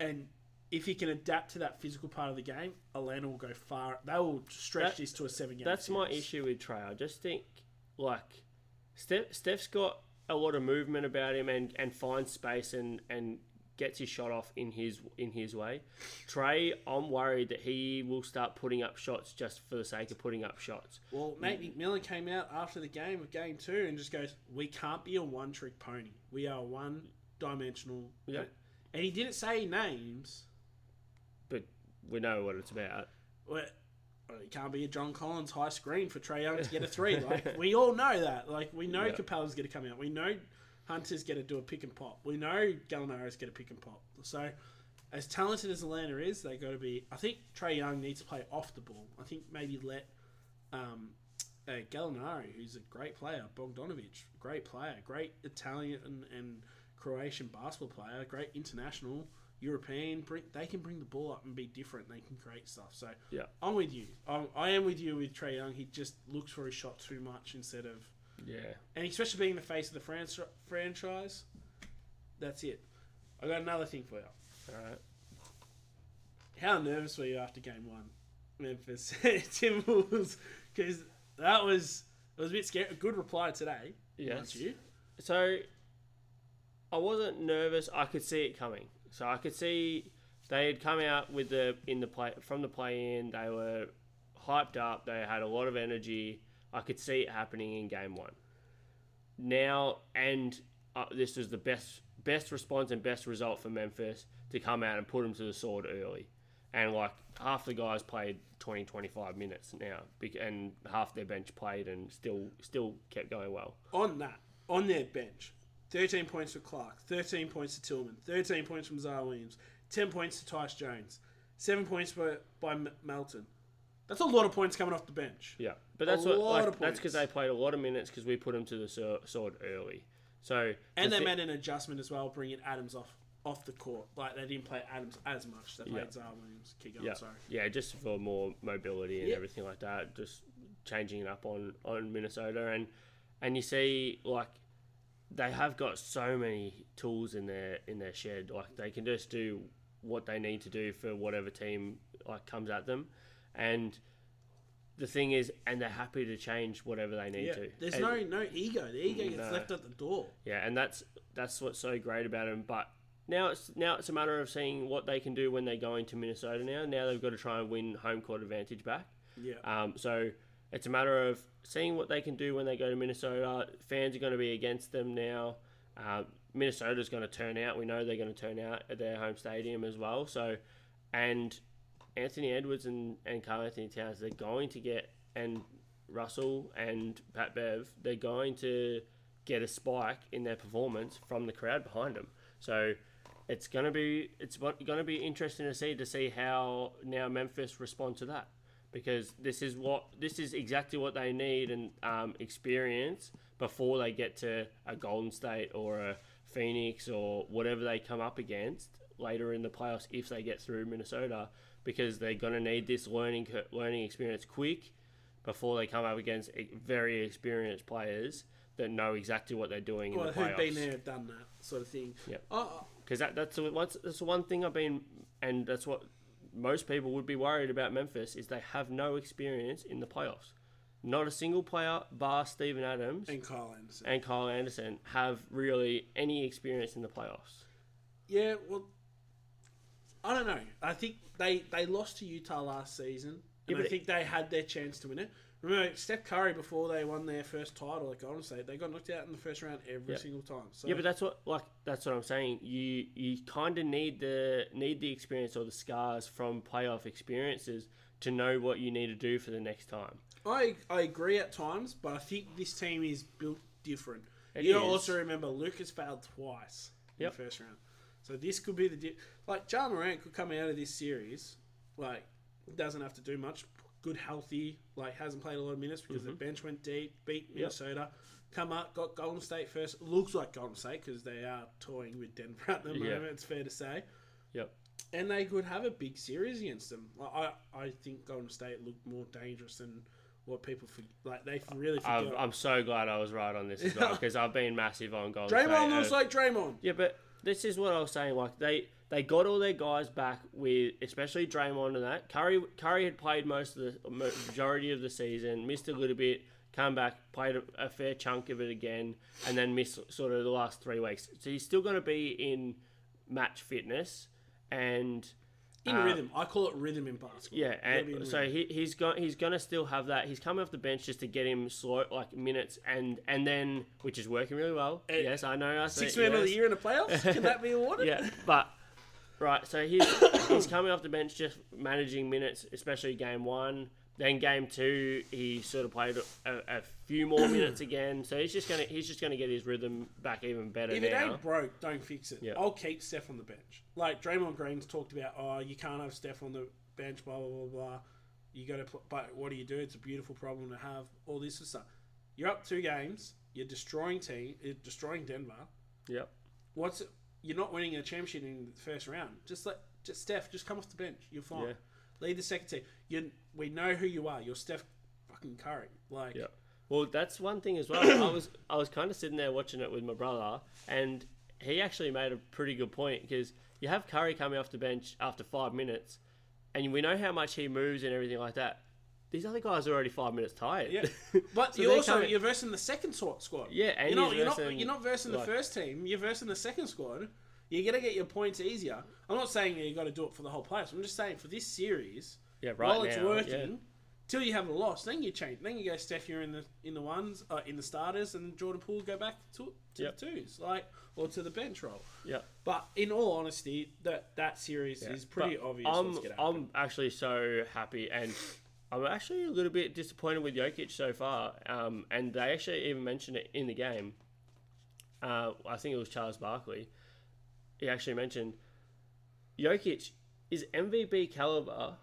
A: and. If he can adapt to that physical part of the game, Atlanta will go far. They will stretch
C: That-
A: this to a seven-game.
C: That's my
A: series.
C: issue with Trey. I just think like Steph, Steph's got a lot of movement about him and, and finds space and, and gets his shot off in his in his way. Trey, I'm worried that he will start putting up shots just for the sake of putting up shots.
A: Well, Nate McMillan came out after the game of game two and just goes, We can't be a one trick pony. We are one dimensional.
C: Yeah.
A: And he didn't say names.
C: But we know what it's about.
A: Well, well, it can't be a John Collins high screen for Trey Young to get a three. Like we all know that. Like we know Capella's going to come out. We know Hunter's going to do a pick and pop. We know Gallinari's going to pick and pop. So as talented as Atlanta is, they got to be. I think Trey Young needs to play off the ball. I think maybe let um, uh, Gallinari, who's a great player, Bogdanovic, great player, great Italian and, and Croatian basketball player, great international. European, bring, they can bring the ball up and be different. They can create stuff. So
C: Yeah.
A: I'm with you. I'm, I am with you with Trey Young. He just looks for his shot too much instead of,
C: Yeah.
A: and especially being the face of the franchi- franchise. That's it. I got another thing for you.
C: All right.
A: How nervous were you after game one, Memphis Timberwolves? Because that was it was a bit scary. A good reply today.
C: Yes.
A: weren't you?
C: So I wasn't nervous. I could see it coming. So I could see they had come out with the in the play from the play in. They were hyped up. They had a lot of energy. I could see it happening in game one. Now and uh, this was the best best response and best result for Memphis to come out and put them to the sword early. And like half the guys played 20, 25 minutes now, bec- and half their bench played and still still kept going well.
A: on that, on their bench, 13 points for Clark, 13 points to Tillman, 13 points from Zara Williams, 10 points to Tyce Jones, 7 points by, by M- Melton. That's a lot of points coming off the bench.
C: Yeah, but that's
A: A
C: what
A: lot
C: like,
A: of
C: that's because they
A: points.
C: played a lot of minutes because we put them to the sor- sword early. So
A: And
C: the
A: they
C: thi-
A: made an adjustment as well, bringing Adams off off the court. Like, they didn't play Adams as much. They played
C: Yeah.
A: Zara Williams. Keep going,
C: yeah
A: sorry.
C: yeah just for more mobility and
A: Yeah.
C: everything like that, just changing it up on on Minnesota and and you see like they have got so many tools in their in their shed like they can just do what they need to do for whatever team like comes at them and the thing is and they're happy to change whatever they need
A: Yeah.
C: to
A: There's
C: And-
A: no, no ego. The ego gets
C: No.
A: left at the door.
C: Yeah, and that's that's what's so great about him. But now it's now it's a matter of seeing what they can do when they go into Minnesota. Now, now they've got to try and win home court advantage back.
A: Yeah.
C: Um, so it's a matter of seeing what they can do when they go to Minnesota. Fans are going to be against them now. Uh, Minnesota's going to turn out. We know they're going to turn out at their home stadium as well. So, and Anthony Edwards and and Carl Anthony Towns, they're going to get and Russell and Pat Bev, they're going to get a spike in their performance from the crowd behind them. So it's going to be it's going to be interesting to see to see how now Memphis respond to that because this is what this is exactly what they need and um, experience before they get to a Golden State or a Phoenix or whatever they come up against later in the playoffs if they get through Minnesota because they're going to need this learning cur- learning experience quick before they come up against e- very experienced players that know exactly what they're doing
A: Well,
C: in the playoffs
A: who'd been there, done that sort of thing.
C: Yep.
A: Oh,
C: because that, that's the one- that's the one thing I've been, and that's what most people would be worried about Memphis is they have no experience in the playoffs. Not a single player, bar Stephen Adams
A: and Kyle Anderson.
C: and Kyle Anderson, have really any experience in the playoffs.
A: Yeah, well, I don't know. I think they they lost to Utah last season, and
C: Yeah, but
A: I
C: it-
A: think they had their chance to win it. Remember, Steph Curry before they won their first title at Golden State, they got knocked out in the first round every
C: Yeah.
A: single time. So
C: Yeah, but that's what like that's what I'm saying. You you kind of need the need the experience or the scars from playoff experiences to know what you need to do for the next time.
A: I I agree at times, but I think this team is built different.
C: It
A: you
C: is.
A: also remember Lucas failed twice
C: Yep.
A: in the first round, so this could be the di- like Ja Morant could come out of this series like doesn't have to do much, good healthy, like hasn't played a lot of minutes because
C: Mm-hmm.
A: the bench went deep, beat Minnesota, come up, got Golden State first. Looks like Golden State because they are toying with Denver at the
C: Yeah.
A: moment. It's fair to say
C: Yep.
A: and they could have a big series against them. Like, I, I think Golden State looked more dangerous than what people for, like. They really
C: I've,
A: forget.
C: I'm so glad I was right on this as well because I've been massive on Golden State.
A: Draymond looks
C: Uh,
A: like Draymond.
C: Yeah, but this is what I was saying. Like they they got all their guys back with especially Draymond and that Curry. Curry had played most of the mo- majority of the season, missed a little bit, come back, played a, a fair chunk of it again, and then missed sort of the last three weeks. So he's still going to be in match fitness and.
A: In rhythm, I call it rhythm in basketball.
C: uh, Yeah,
A: Gotta be in
C: and so
A: rhythm.
C: he, he's got he's gonna still have that. He's coming off the bench just to get him slow like minutes, and and then which is working really well. yes, I know. I see-
A: six men of the
C: yes.
A: year in the playoffs. Can that be awarded?
C: Yeah, but right, so he's he's coming off the bench, just managing minutes, especially game one. Then game two, he sort of played a, a few more minutes again. So he's just gonna he's just gonna get his rhythm back even better
A: If it
C: now.
A: ain't broke, don't fix it.
C: Yeah.
A: I'll keep Steph on the bench. Like Draymond Green's talked about, oh, you can't have Steph on the bench, blah blah blah blah. You got to, put, but what do you do? It's a beautiful problem to have. All this sort of stuff. You're up two games. You're destroying team. You're destroying Denver.
C: Yep.
A: What's you're not winning a championship in the first round. Just let just Steph just come off the bench. You're fine.
C: Yeah.
A: Lead the second team. You we know who you are. You're Steph fucking Curry. Like
C: Yeah. Well, that's one thing as well. I was I was kind of sitting there watching it with my brother, and he actually made a pretty good point because you have Curry coming off the bench after five minutes, and we know how much he moves and everything like that. These other guys are already five minutes tired.
A: Yeah, but
C: So
A: you
C: they're
A: also
C: coming-
A: you're versing the second swa- squad.
C: Yeah, and
A: you're not
C: you're
A: you're not
C: versing,
A: you're not versing
C: like-
A: the first team. You're versing the second squad. You're gonna get your points easier. I'm not saying that you got to do it for the whole playoffs. I'm just saying for this series,
C: Yeah, right
A: while it's
C: now,
A: working,
C: yeah.
A: till you have a loss, then you change. Then you go Steph, you're in the in the ones uh, in the starters, and Jordan Poole go back to to
C: Yep.
A: the twos, like or to the bench role.
C: Yep.
A: But in all honesty, that that series is pretty
C: But
A: obvious.
C: I'm,
A: what's gonna happen.
C: I'm actually so happy, and I'm actually a little bit disappointed with Jokic so far. Um, and they actually even mentioned it in the game. Uh, I think it was Charles Barkley. He actually mentioned Jokic is MVP caliber,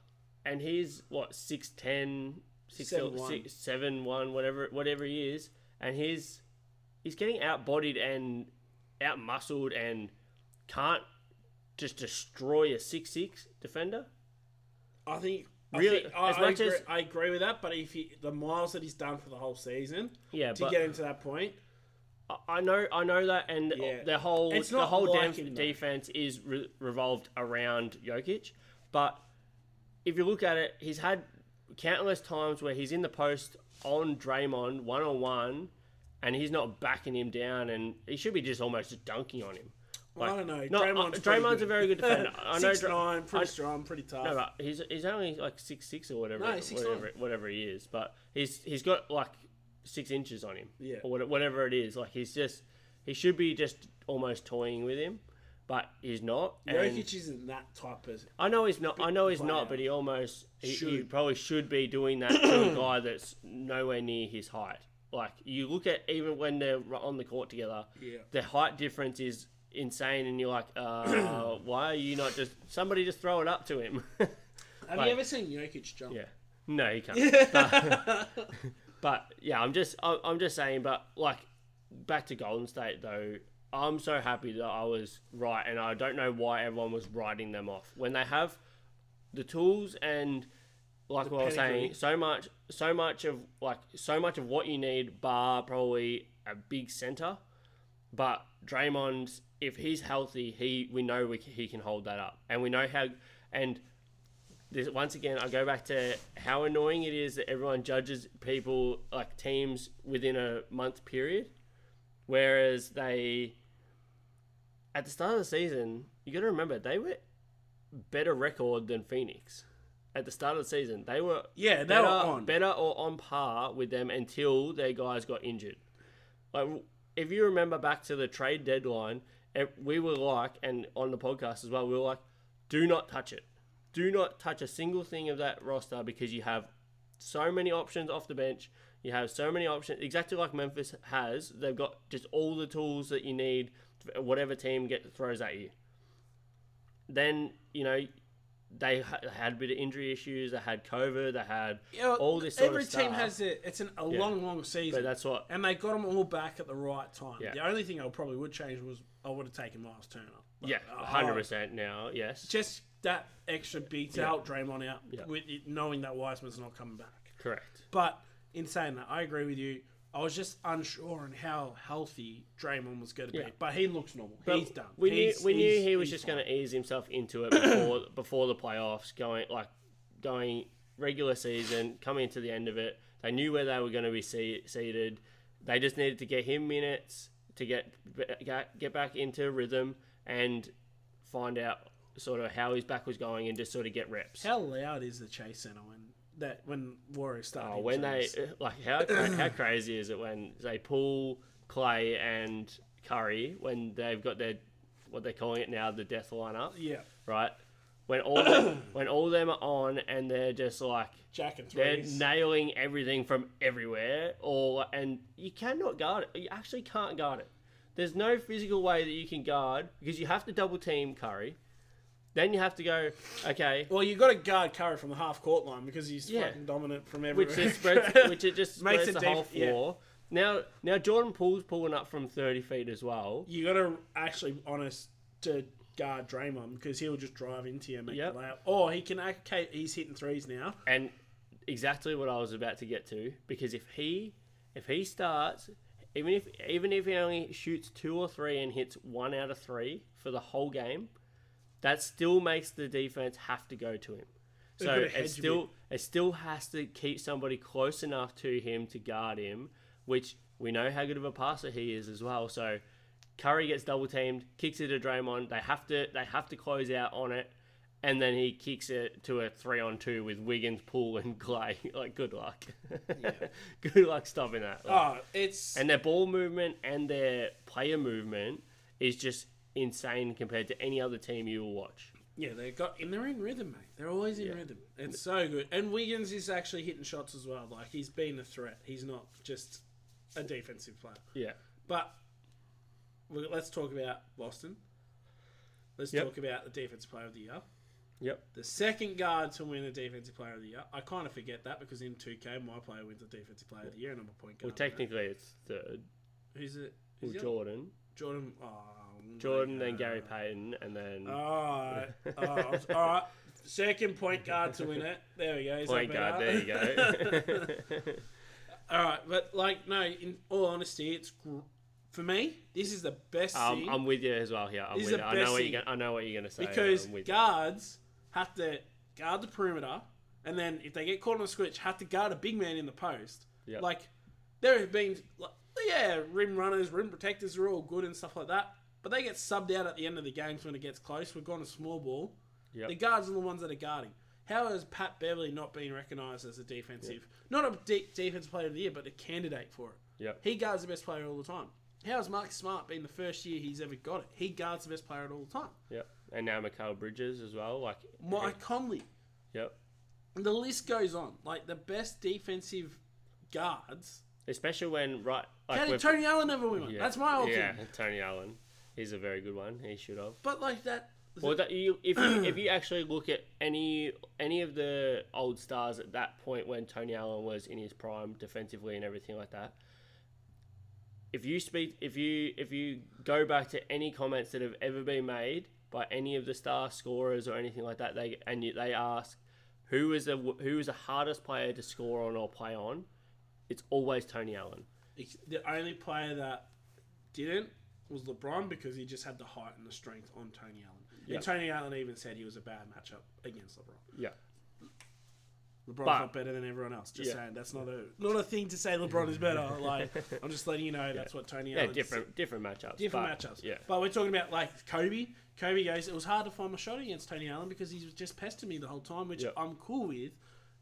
C: and he's what 6'10",
A: 7'1".
C: 6'1", 7'1", whatever whatever he is, and he's he's getting outbodied and outmuscled and can't just destroy a six six defender.
A: I think
C: Really,
A: I, think, I,
C: as
A: I
C: much
A: agree,
C: as-
A: I agree with that, but if he, the miles that he's done for the whole season,
C: Yeah,
A: to
C: but-
A: get him to that point,
C: I- I know, I know that, and
A: Yeah.
C: the whole
A: It's
C: the
A: not
C: whole
A: like
C: def-
A: him, though.
C: defense is re- revolved around Jokic. But if you look at it, he's had countless times where he's in the post on Draymond one on one, and he's not backing him down, and he should be just almost just dunking on him.
A: Well, I don't
C: Like-
A: know.
C: No,
A: Draymond's
C: uh,
A: pretty
C: Draymond's a
A: good.
C: very good defender. I know
A: six
C: Dra-
A: nine, pretty
C: I-
A: strong, pretty tough.
C: No, but he's he's only like six six or whatever,
A: No, he's 6'9".
C: whatever, whatever he is. But he's he's got like six inches on him,
A: Yeah.
C: or what- whatever it is. Like he's just he should be just almost toying with him, but he's not. And
A: Jokic isn't that type of.
C: I know he's not. I know he's
A: player.
C: not, but he almost he, he
A: Should.
C: probably should be doing that to a guy that's nowhere near his height. Like you look at even when they're ru- on the court together,
A: Yeah.
C: the height difference is insane, and you're like, uh, why are you not just somebody just throw it up to him?
A: Have
C: Like-
A: you ever seen Jokic jump?
C: Yeah. No, he can't. but, but, yeah, I'm just I- I'm just saying. But like back to Golden State though, I'm so happy that I was right, and I don't know why everyone was writing them off when they have the tools and like what I was saying,
A: pedigree.
C: so much so much of like so much of what you need, bar probably a big center. But Draymond, if he's healthy, he we know we, c- he can hold that up, and we know how. And this, once again, I go back to how annoying it is that everyone judges people like teams within a month period, whereas they at the start of the season, you got to remember they were better record than Phoenix. At the start of the season, they were
A: Yeah, they
C: better,
A: were on.
C: better or on par with them until their guys got injured. Like if you remember back to the trade deadline, it, we were like, and on the podcast as well, we were like, do not touch it. Do not touch a single thing of that roster because you have so many options off the bench. You have so many options, exactly like Memphis has. They've got just all the tools that you need, for whatever team get throws at you. Then you know they ha- had a bit of injury issues. They had COVID. They had
A: Yeah,
C: all this. Sort
A: every
C: of
A: team
C: stuff.
A: has it. It's an, a long, long season.
C: But that's what-
A: And they got them all back at the right time.
C: Yeah.
A: The only thing I probably would change was I would have taken Miles Turner. Like,
C: Yeah,
A: I- I-
C: hundred percent now. Yes,
A: Just that extra beat to help Draymond out,
C: Yeah.
A: with it, knowing that Wiseman's not coming back.
C: correct.
A: But in saying that, I agree with you. I was just unsure on how healthy Draymond was going to be,
C: Yeah.
A: but he looks normal.
C: But
A: he's done.
C: We knew
A: He's-
C: we knew
A: he's-
C: he was
A: he's
C: just
A: fine.
C: going to ease himself into it before before the playoffs, going like going regular season, coming to the end of it. They knew where they were going to be se- seated. They just needed to get him minutes to get get get back into rhythm and find out sort of how his back was going and just sort of get reps.
A: How loud is the Chase Center when that when Warriors start?
C: Oh,
A: hitting
C: when they
A: threes?
C: like how cra- how crazy is it when they pull Clay and Curry when they've got their what they're calling it now the death lineup,
A: yeah,
C: right? when all them, when all them are on and they're just like
A: Jack and
C: they're
A: threes.
C: nailing everything from everywhere, or and you cannot guard it. You actually can't guard it. There's no physical way that you can guard because you have to double team Curry. Then you have to go, okay,
A: well, you got to guard Curry from the half court line because he's
C: Yeah.
A: fucking dominant from everywhere.
C: which it spreads, which it just
A: Makes
C: spreads
A: it
C: the whole
A: def- yeah.
C: floor. Now, now Jordan Poole's pulling up from 30 feet as well.
A: you got to actually honest to guard Draymond because he'll just drive into you and make
C: Yep.
A: the layup. Or he can okay, he's hitting threes now.
C: and exactly what I was about to get to because if he if he starts even if even if he only shoots two or three and hits one out of three for the whole game, that still makes the defense have to go to him. So
A: gotta hedge a
C: it still it still has to keep somebody close enough to him to guard him, which we know how good of a passer he is as well. So Curry gets double teamed, kicks it to Draymond. They have to they have to close out on it, and then he kicks it to a three on two with Wiggins, Poole, and Clay. Like good luck, good luck stopping that. Like,
A: Oh, it's
C: and their ball movement and their player movement is just insane compared to any other team you will watch.
A: yeah, they got and they're in rhythm, mate. They're always in rhythm. It's so good. And Wiggins is actually hitting shots as well. Like he's been a threat. He's not just a defensive player.
C: Yeah,
A: But we- let's talk about Boston. Let's
C: Yep.
A: talk about the defensive player of the year.
C: yep.
A: The second guard to win a defensive player of the year. I kind of forget that because in 2K, my player wins the defensive player of the year, and I'm a point guard.
C: Well, technically it's third.
A: who's it?
C: Well,
A: Who's the other-
C: Jordan,
A: Jordan. Oh,
C: Jordan, then Gary Payton, and then
A: Uh, Alright, alright, alright. Second point guard to win it. There we go. Is that
C: point guard.
A: better?
C: There you go.
A: Alright, but like, no, in all honesty, it's gr- for me, this is the best
C: Um,
A: thing
C: I'm with you as well here. I'm
A: He's
C: with you.
A: the
C: I know
A: best
C: what
A: thing.
C: you're. Gonna, I know what you're gonna say. um,
A: because
C: I'm with you.
A: guards have to guard the perimeter, and then if they get caught on a switch, have to guard a big man in the post.
C: Yep.
A: Like, there have been, like, yeah, rim runners, rim protectors are all good and stuff like that, but they get subbed out at the end of the games when it gets close. We've gone to small ball.
C: Yep.
A: The guards are the ones that are guarding. How has Pat Beverly not been recognised as a defensive, not a de- defensive player of the year, but a candidate for it?
C: Yep.
A: He guards the best player all the time. How has Mark Smart been the first year he's ever got it? He guards the best player at all the time.
C: Yep. And now Mikhail Bridges as well. Like.
A: Mike Conley.
C: Yep.
A: The list goes on. Like the best defensive guards.
C: Especially when right. Like
A: Tony-
C: we're-
A: Tony Allen never won one.
C: yeah,
A: That's my old
C: Yeah,
A: thing.
C: Tony Allen. He's a very good one. He should have.
A: But like that.
C: Well, that you if you, if you actually look at any any of the old stars at that point when Tony Allen was in his prime defensively and everything like that, if you speak if you if you go back to any comments that have ever been made by any of the star scorers or anything like that, they and you, they ask who is the who is the hardest player to score on or play on, it's always Tony Allen.
A: Ex- the only player that didn't was LeBron because he just had the height and the strength on Tony Allen.
C: Yeah.
A: And Tony Allen even said he was a bad matchup against LeBron.
C: Yeah.
A: LeBron's
C: But-
A: not better than everyone else. Just
C: Yeah.
A: saying, that's not a not a thing to say. LeBron is better. Like I'm just letting you know that's what Tony
C: Yeah,
A: Allen.
C: different different matchups.
A: different
C: but,
A: matchups.
C: Yeah.
A: But we're talking about like Kobe. Kobe goes, it was hard to find my shot against Tony Allen because he was just pestering me the whole time, which
C: Yeah.
A: I'm cool with,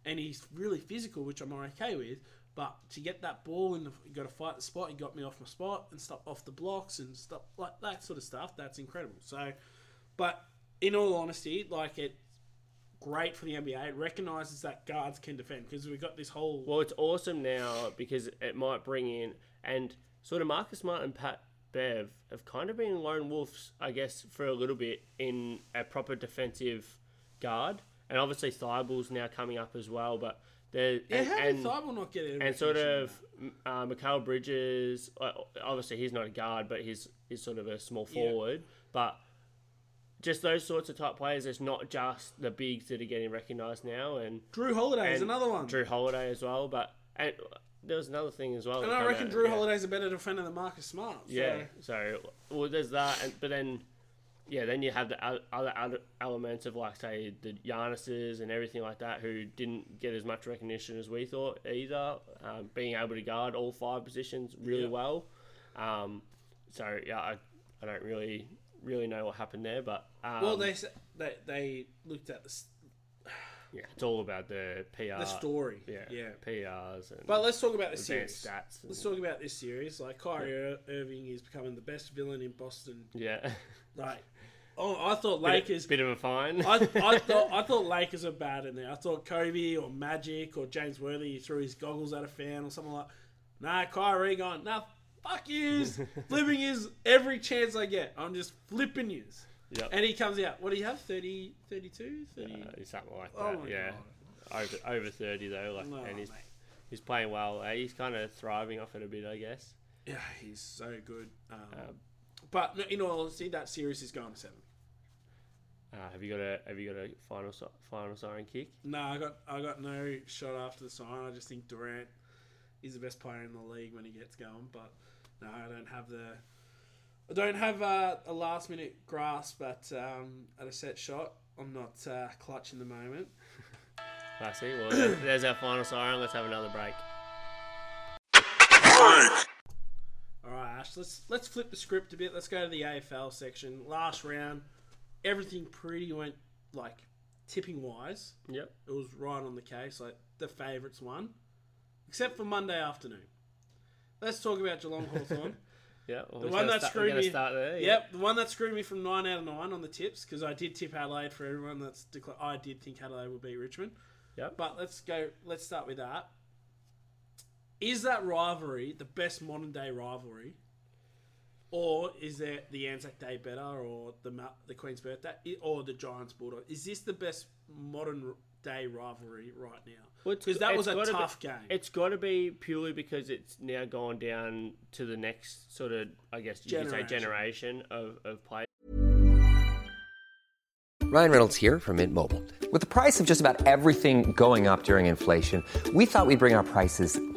A: and he's really physical, which I'm okay with. But to get that ball and got to fight the spot, he got me off my spot and stuff off the blocks and stuff like that sort of stuff. That's incredible. So, but in all honesty, like it. Great for the NBA. It recognizes that guards can defend because we've got this whole
C: Well, it's awesome now because it might bring in and sort of Marcus Smart and Pat Bev have kind of been lone wolves, I guess, for a little bit in a proper defensive guard, and obviously Thibault's now coming up as well. But they're
A: yeah.
C: and,
A: How did
C: and,
A: Thibault not get it?
C: and sort of uh, Mikhail Bridges. uh, Obviously, he's not a guard, but he's he's sort of a small forward, but. Just those sorts of type players. It's not just the bigs that are getting recognised now, and
A: Drew Holiday is
C: and
A: another one.
C: Drew Holiday as well, but and there was another thing as well.
A: And
C: that
A: I
C: came
A: reckon
C: out,
A: Drew
C: yeah.
A: Holiday's a better defender than Marcus Smart. So.
C: Yeah. So well, there's that, and, but then yeah, then you have the o- other ad- elements of like say the Giannis's and everything like that who didn't get as much recognition as we thought either, um, being able to guard all five positions really well. Um, so yeah, I, I don't really really know what happened there, but um,
A: Well, they s- they they looked at the, s-
C: yeah, it's all about the PR
A: the story.
C: uh, Yeah,
A: yeah.
C: PRs and
A: But let's talk about this
C: advanced
A: series.
C: stats. and-
A: Let's talk about this series. Like Kyrie Ir- Irving is becoming the best villain in Boston.
C: yeah.
A: Like Oh, I thought Lakers.
C: Bit of a fine.
A: I, I thought I thought Lakers are bad in there. I thought Kobe or Magic or James Worthy threw his goggles at a fan or something like. Nah, Kyrie gone. Nah, fuck yous. flipping yous every chance I get. I'm just flipping yous.
C: Yep.
A: And he comes out. What do you have? 30, 32? 30?
C: Uh, something like
A: Oh
C: that.
A: my
C: yeah, over over thirty though, like,
A: No,
C: and he's
A: oh, mate.
C: he's playing well. Eh, He's kind of thriving off it a bit, I guess.
A: Yeah, he's so good. Um, but no, in all honesty, that series is going to seven.
C: Uh, have you got a have you got a final si- final siren kick?
A: No, I got I got no shot after the sign. I just think Durant is the best player in the league when he gets going. But no, I don't have the I don't have uh, a last minute grasp at um, at a set shot. I'm not uh, clutch in the moment.
C: I see. Well, there- there's our final siren. Let's have another break.
A: All right, Ash, let's let's flip the script a bit. Let's go to the AFL section. Last round, everything pretty went like tipping wise.
C: Yep.
A: It was right on the case, like the favourites won, except for Monday afternoon. Let's talk about Geelong Hawthorn.
C: Yeah. well,
A: the
C: we're
A: one
C: gonna
A: that
C: start- we're
A: screwed
C: gonna
A: me.
C: Start there. yeah.
A: Yep, the one that screwed me from nine out of nine on the tips because I did tip Adelaide for everyone that's declared. I did think Adelaide would beat Richmond,
C: Yep.
A: but let's go. Let's start with that. Is that rivalry the best modern day rivalry, or is there the Anzac Day better, or the Ma- the Queen's Birthday, i- or the Giants Bulldog? Is this the best modern day rivalry right now?
C: Well, it's-
A: Because that
C: it's
A: was a
C: gotta be-
A: tough game.
C: It's got to be purely because it's now gone down to the next sort of, I guess you could say,
A: Generation.
C: generation of, of players.
D: Ryan Reynolds here from Mint Mobile. With the price of just about everything going up during inflation, we thought we'd bring our prices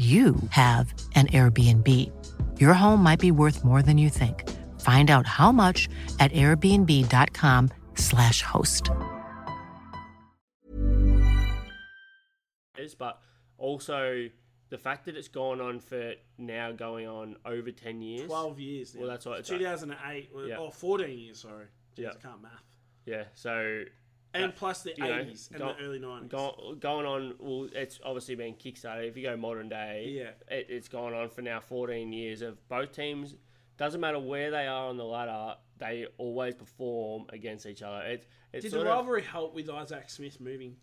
E: you have an Airbnb. Your home might be worth more than you think. Find out how much at airbnb.com/slash host.
C: But also the fact that it's gone on for now going on over 10 years.
A: 12 years now.
C: Well, that's what it's like.
A: 2008 or
C: Yeah.
A: or 14 oh, years, sorry. Jeez,
C: Yeah.
A: I can't math.
C: Yeah. So
A: And
C: that-
A: plus the
C: you know,
A: 80s and
C: go-
A: the early 90s.
C: go- going on, well, it's obviously been kickstarted. If you go modern day,
A: Yeah.
C: it, it's gone on for now 14 years of both teams. Doesn't matter where they are on the ladder, they always perform against each other. It's it's
A: Did the
C: sort of,
A: rivalry help with Isaac Smith moving?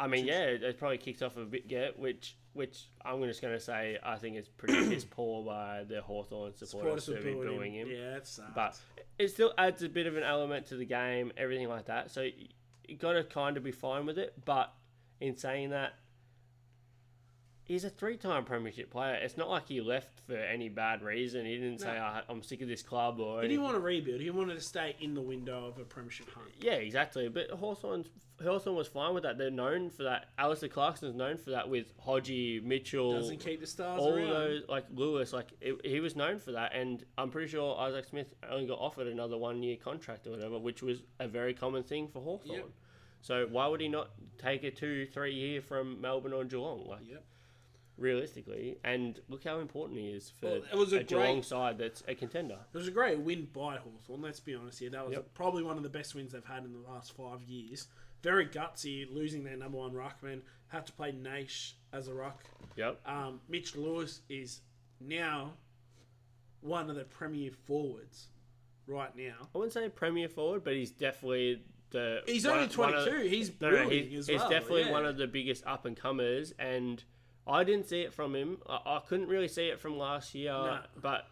C: I mean, yeah, it, it probably kicked off a bit, yeah, which which I'm just going to say I think is pretty is poor by the Hawthorn supporters
A: Supporters
C: to be
A: were booing
C: booing him.
A: Yeah, it sucked.
C: But it still adds a bit of an element to the game, everything like that. So y- you got to kind of be fine with it. But in saying that, he's a three-time premiership player. It's not like he left for any bad reason. He didn't say, "Oh, "I'm sick of this club" or
A: he
C: anything.
A: didn't want to rebuild. He wanted to stay in the window of a premiership hunt.
C: Yeah, exactly. But Hawthorne's Hawthorne was fine with that. They're known for that. Alistair Clarkson's known for that with Hodgie, Mitchell.
A: Doesn't keep the stars
C: all
A: around.
C: those like Lewis, like it, he was known for that, and I'm pretty sure Isaac Smith only got offered another one year contract or whatever, which was a very common thing for Hawthorn.
A: Yep.
C: So why would he not take a two, three year from Melbourne or Geelong? Like
A: Yep.
C: realistically, and look how important he is for
A: Well, it was a
C: Geelong
A: great-
C: side that's a contender.
A: It was a great win by Hawthorn. let's be honest here. That was
C: Yep.
A: probably one of the best wins they've had in the last five years. Very gutsy, losing their number one ruckman, had to play Nash as a ruck.
C: Yep.
A: Um, Mitch Lewis is now one of the premier forwards right now.
C: I wouldn't say premier forward, but he's definitely the.
A: He's
C: one-
A: only
C: one of the-
A: 22. He's building as
C: He's
A: well,
C: definitely
A: yeah.
C: one of the biggest up and comers, and I didn't see it from him. I, I couldn't really see it from last year,
A: No.
C: but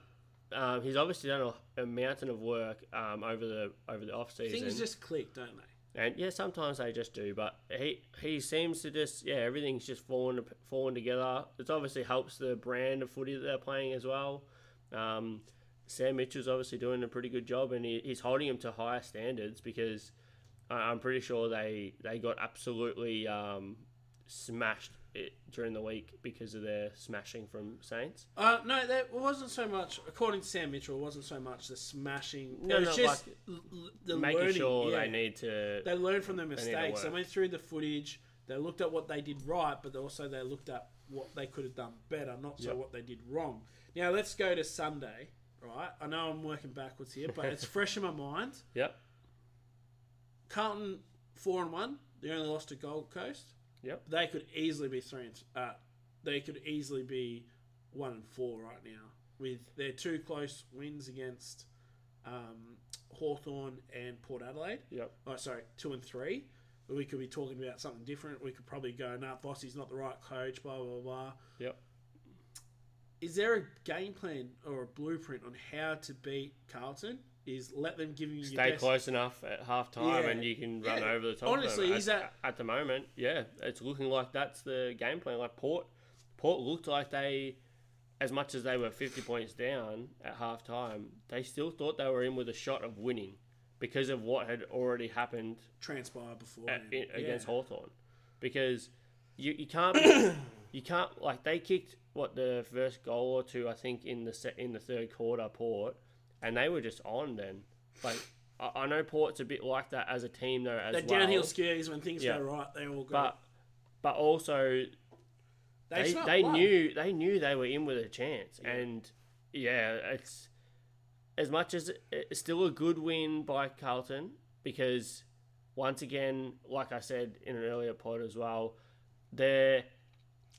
C: um, he's obviously done a, a mountain of work um, over the over the off season.
A: Things just click, don't they?
C: And yeah, sometimes they just do, but he he seems to just yeah everything's just falling falling together. It obviously helps the brand of footy that they're playing as well. Um, Sam Mitchell's obviously doing a pretty good job, and he, he's holding him to higher standards because I- I'm pretty sure they they got absolutely um, smashed it during the week because of their smashing from Saints.
A: Uh, no, that wasn't so much. According to Sam Mitchell, it wasn't so much the smashing.
C: No,
A: it was
C: no,
A: just
C: like,
A: l- l- the
C: Making
A: learning,
C: sure
A: yeah.
C: they need to
A: They learned from their
C: they need to
A: mistakes. They
C: work.
A: went through the footage. They looked at what they did right, but also they looked at what they could have done better, not so what they did wrong. Now let's go to Sunday, right? I know I'm working backwards here, but it's fresh in my mind.
C: Yep,
A: Carlton four and one. They only lost to Gold Coast.
C: yep.
A: They could easily be three. And, uh, they could easily be one and four right now with their two close wins against um, Hawthorn and Port Adelaide.
C: Yep.
A: Oh, sorry, two and three. We could be talking about something different. We could probably go, nah, Bossy's not the right coach, blah, blah, blah.
C: Yep.
A: Is there a game plan or a blueprint on how to beat Carlton? Is let them give you your
C: Stay
A: best-
C: close enough at half time
A: Yeah.
C: and you can run
A: Yeah.
C: over the top.
A: Honestly,
C: of them.
A: he's
C: at,
A: at-
C: at the moment, yeah, it's looking like that's the game plan. Like Port, Port looked like they, as much as they were fifty points down at half time, they still thought they were in with a shot of winning because of what had already happened
A: transpire before
C: at, in, against
A: Mm, yeah.
C: Hawthorn, because you, you can't be- you can't like they kicked what the first goal or two I think in the se- in the third quarter Port, and they were just on then. Like I, I know Port's a bit like that as a team though as
A: The
C: well,
A: downhill skis when things
C: Yeah.
A: go right, they all go.
C: but but also they
A: smell
C: they
A: blood.
C: knew they knew they were in with a chance, and yeah, it's as much as it's still a good win by Carlton because once again, like I said in an earlier pod as well, they're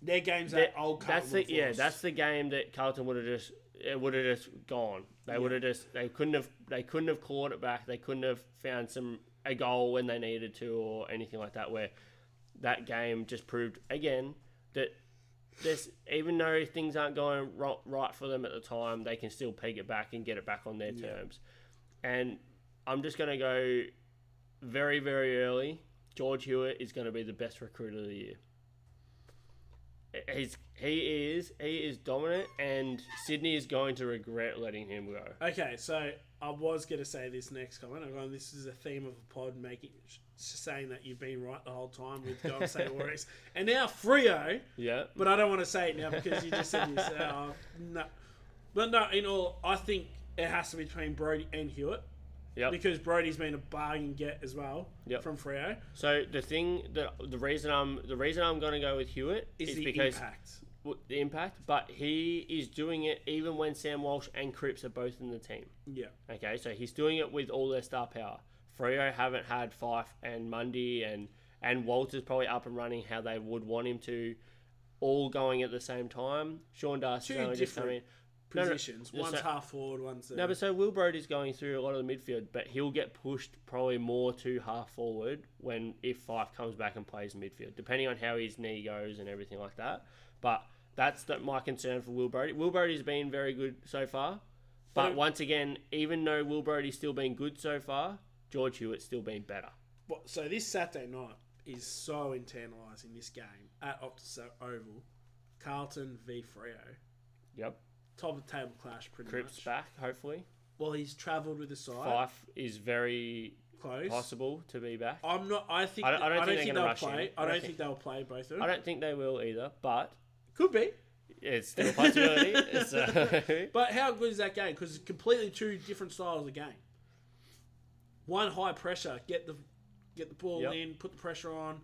A: their games
C: that-
A: that old.
C: that's the
A: Carlton
C: yeah
A: Force.
C: that's the game that Carlton would have just it would have just gone they would have just they couldn't have they couldn't have clawed it back they couldn't have found some a goal when they needed to or anything like that where that game just proved again that this even though things aren't going ro- right for them at the time they can still peg it back and get it back on their terms and I'm just gonna go very very early George Hewitt is going to be the best recruiter of the year he's he is he is dominant, and Sydney is going to regret letting him go.
A: Okay, so I was going to say this next comment. I'm going, this is a theme of a pod, making sh- saying that you've been right the whole time with Golden State Warriors. And now Frio,
C: Yeah,
A: but I don't want to say it now because you just said this. Oh, no. But no, in all, I think it has to be between Brody and Hewitt
C: yeah.
A: because Brody's been a bargain get as well
C: Yep.
A: from Frio.
C: So the thing that the reason I'm the reason I'm going to go with Hewitt
A: Is
C: is
A: the
C: because
A: impact.
C: w- the impact, but he is doing it even when Sam Walsh and Cripps are both in the team.
A: Yeah.
C: Okay, so he's doing it with all their star power. Freo haven't had Fife and Mundy and and Walter's probably up and running how they would want him to, all going at the same time. Sean Darcy's
A: Two
C: only just come in.
A: different
C: No, no,
A: Positions.
C: no,
A: one's
C: so-
A: half forward, one's. A,
C: No, but so Will Brody's going through a lot of the midfield, but he'll get pushed probably more to half forward when if Fife comes back and plays midfield, depending on how his knee goes and everything like that. But that's the, my concern for Will Brody. Will Brody's been very good so far, but once again, even though Will Brody's still been good so far, George Hewitt's still been better.
A: Well, so this Saturday night is so internalising. This game at Optus Oval, Carlton v Freo,
C: Yep.
A: top of the table clash pretty
C: Cripps
A: much.
C: back, hopefully.
A: Well, he's travelled with the side.
C: Fife is very
A: close.
C: possible to be back.
A: I'm not. I think.
C: I don't- I don't think they're
A: they'll
C: gonna rush
A: play.
C: him.
A: I
C: I
A: don't
C: don't
A: think they'll play both of them.
C: I don't think they will either, but
A: Could be.
C: it's still a possibility. uh, so.
A: But how good is that game? Because it's completely two different styles of game. One high pressure, get the get the ball
C: Yep.
A: in, put the pressure on.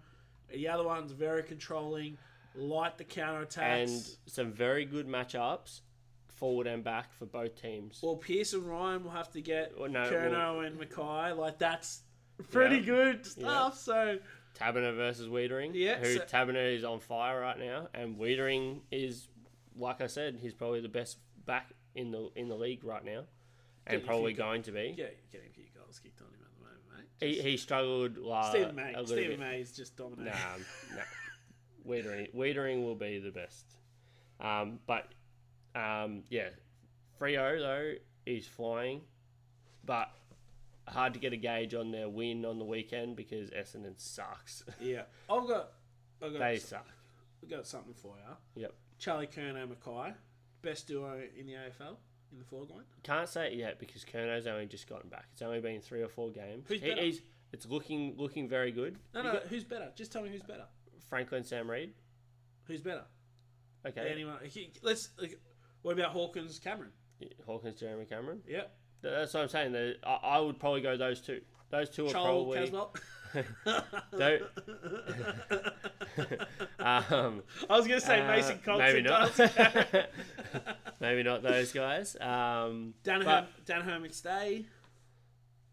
A: The other one's very controlling, light the counter attacks.
C: and some very good matchups, forward and back for both teams.
A: Well, Pierce and Ryan will have to get
C: Well,
A: well,
C: Oh, no,
A: and Mackay. Like that's pretty good stuff. So
C: Taberner versus Wiedering,
A: Yeah,
C: who
A: so-
C: Taberner is on fire right now, and Wiedering is, like I said, he's probably the best back in the in the league right now, and
A: you
C: probably
A: think-
C: going to be.
A: yeah, you're getting a few goals kicked on him at the moment, mate.
C: He, he struggled like
A: Stephen
C: Uh, a
A: May,
C: little
A: Stephen
C: bit.
A: May is just dominating.
C: Nah, nah. Wiedering, Wiedering will be the best. Um, but um, yeah, Frio though is flying, but hard to get a gauge on their win on the weekend because Essendon sucks.
A: Yeah, I've got, I've got,
C: they suck.
A: I've got something for you.
C: Yep.
A: Charlie Kern and Mackay, best duo in the AFL in the forward line.
C: Can't say it yet because Kerno's only just gotten back. It's only been three or four games.
A: Who's better?
C: it's looking looking very good.
A: No, no, who's better? Just tell me who's better.
C: Franklin Sam Reed.
A: Who's better?
C: Okay.
A: Anyone? he- Let's. like, What about Hawkins, Cameron?
C: Hawkins, Jeremy Cameron.
A: Yep.
C: Th- That's what I'm saying. The- I, I would probably go those two. Those two are
A: Charles
C: probably
A: Caswell.
C: Don't- um,
A: I was gonna say
C: uh,
A: Mason Cox.
C: maybe
A: and
C: not.
A: Dun-
C: maybe not those guys. Um,
A: Danham,
C: but-
A: Danham McStay.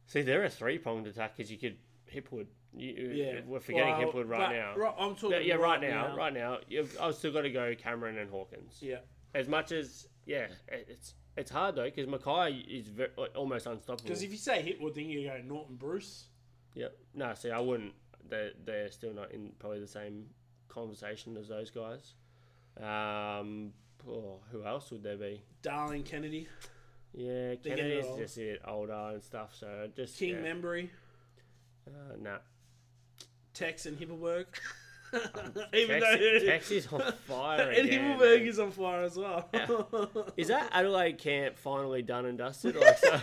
C: see, they're a three pronged attack because you could Hipwood. You, you-
A: Yeah.
C: we're forgetting
A: Well, but
C: Hipwood right now.
A: right- I'm talking
C: Yeah, yeah,
A: right
C: right, now,
A: now.
C: Right now, you've, I've still got to go Cameron and Hawkins.
A: Yeah.
C: As much as yeah, it- it's it's hard though because Mackay is very, almost unstoppable.
A: Because if you say Hitwood, then you go Norton Bruce.
C: Yep. No, see, I wouldn't. They're, they're still not in probably the same conversation as those guys. Um, oh, who else would there be?
A: Darling Kennedy,
C: Yeah,
A: get
C: Kennedy's
A: it all.
C: just a bit older and stuff, so just
A: King
C: yeah.
A: Membury,
C: Uh, nah.
A: Tex, and Hippleberg. Even
C: Tex,
A: though
C: Tex is on fire
A: and
C: again.
A: Hippleberg is on fire as well.
C: Is that Adelaide camp finally done and dusted? Like, so have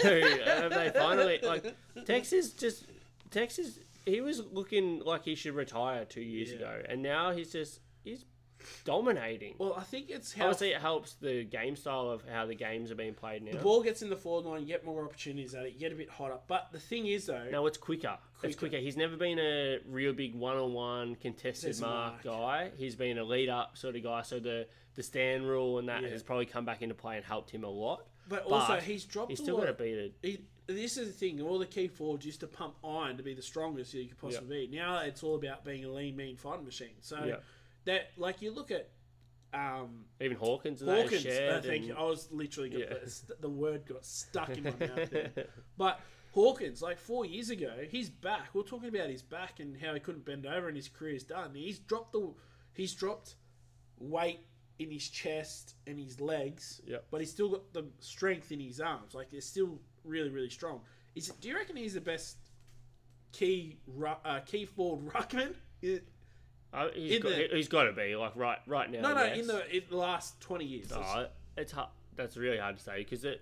C: they finally like Texas just Texas? He was looking like he should retire two years ago, and now he's just he's dominating.
A: well, I think it's how
C: Obviously, it helps the game style of how the games are being played now.
A: the ball gets in the forward line. You get more opportunities at it. You get a bit hotter. But the thing is, though,
C: No, it's quicker. It's
A: Quicker.
C: quicker. He's never been a real big one-on-one contested
A: There's a mark.
C: mark, guy. He's been a lead-up sort of guy. So the the stand rule and that has probably come back into play and helped him a lot.
A: But also, he's dropped
C: He's
A: a
C: still
A: lot
C: got to
A: of-
C: beat it.
A: He, this is the thing. All the key forwards used to pump iron to be the strongest you could possibly be. Now it's all about being a lean, mean fighting machine. So
C: Yeah.
A: that, like, you look at um,
C: Even Hawkins and that
A: Hawkins.
C: is shared.
A: I think oh,
C: and-
A: I was literally got,
C: Yeah.
A: st- the word got stuck in my mouth. There. But Hawkins, like four years ago, he's back. We're talking about his back and how he couldn't bend over, and his career's done. He's dropped the he's dropped weight in his chest and his legs,
C: Yep.
A: but he's still got the strength in his arms. Like they're still really, really strong. Is do you reckon he's the best key ru- uh, key forward ruckman? Is-
C: Oh, he's
A: in
C: got,
A: the-
C: he's got to be like right right now.
A: No, no,
C: yes.
A: in the in the last twenty years,
C: Oh, it's hard. That's really hard to say because it,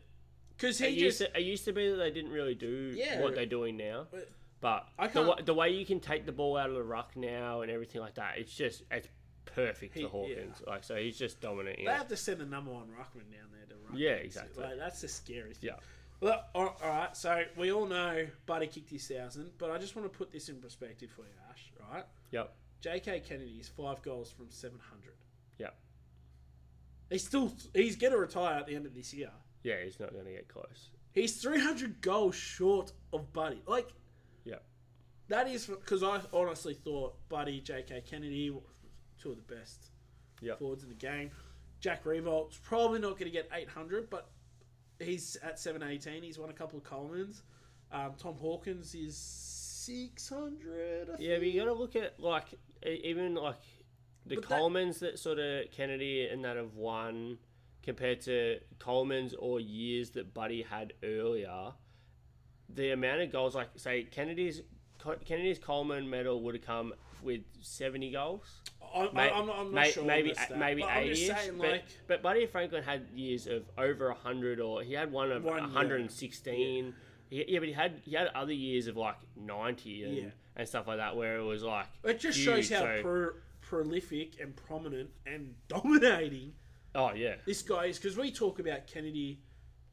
A: because
C: it
A: he
C: used
A: just
C: to, it used to be that they didn't really do
A: Yeah.
C: what they're doing now.
A: But-
C: But
A: I
C: the, wa-
A: can't-
C: the way you can take the ball out of the ruck now and everything like that, it's just it's perfect
A: yeah.
C: for Hawkins. Like so, he's just dominating.
A: They
C: it.
A: have to send the number one ruckman down there to ruck.
C: Yeah, exactly.
A: Like, that's the scary thing.
C: Yeah.
A: Well, all all right. So we all know Buddy kicked his thousand, but I just want to put this in perspective for you, Ash. Right?
C: Yep.
A: J.K. Kennedy is five goals from seven hundred.
C: Yep.
A: He's still he's going to retire at the end of this year.
C: Yeah, he's not going to get close.
A: He's three hundred goals short of Buddy. Like
C: Yep.
A: that is because I honestly thought Buddy J.K. Kennedy, were two of the best
C: Yep.
A: forwards in the game. Jack Revolt's probably not going to get 800, but he's at 718. He's won a couple of Coleman's. Um, Tom Hawkins is 600. I
C: Yeah, but
A: think.
C: you got to look at like e- even like the
A: But that-
C: Colemans that, sort of Kennedy and that have won compared to Colemans or years that Buddy had earlier. The amount of goals, like say Kennedy's Co- Kennedy's Coleman medal would have come with seventy goals.
A: I,
C: May-
A: I, I'm not, I'm not
C: may-
A: sure.
C: Maybe
A: on this stat,
C: maybe
A: but I'm just
C: eighty.
A: saying,
C: But,
A: like,
C: but Buddy Franklin had years of over hundred, or he had one of
A: One year.
C: one hundred and sixteen. Yeah. yeah, but he had he had other years of like ninety and,
A: Yeah.
C: and stuff like that, where it was like
A: it just
C: huge,
A: shows how
C: so-
A: pro, prolific and prominent and dominating
C: oh yeah,
A: this guy is. Because we talk about Kennedy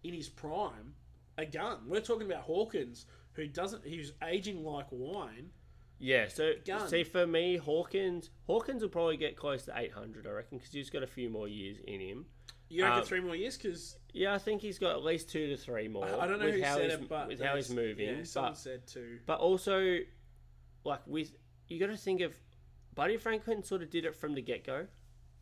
A: in his prime, a gun. We're talking about Hawkins, who doesn't. He's aging like wine.
C: yeah. So
A: Gun.
C: see, for me, Hawkins Hawkins will probably get close to eight hundred, I reckon, because he's got a few more years in him.
A: You reckon
C: Um,
A: three more years? Because
C: Yeah, I think he's got at least two to three more.
A: I don't know
C: with
A: who
C: how
A: said
C: he's-
A: it, but
C: with how he's
A: that's-
C: moving,
A: yeah, someone
C: but-
A: said to
C: But also, like with you got to think of Buddy Franklin sort of did it from the get go.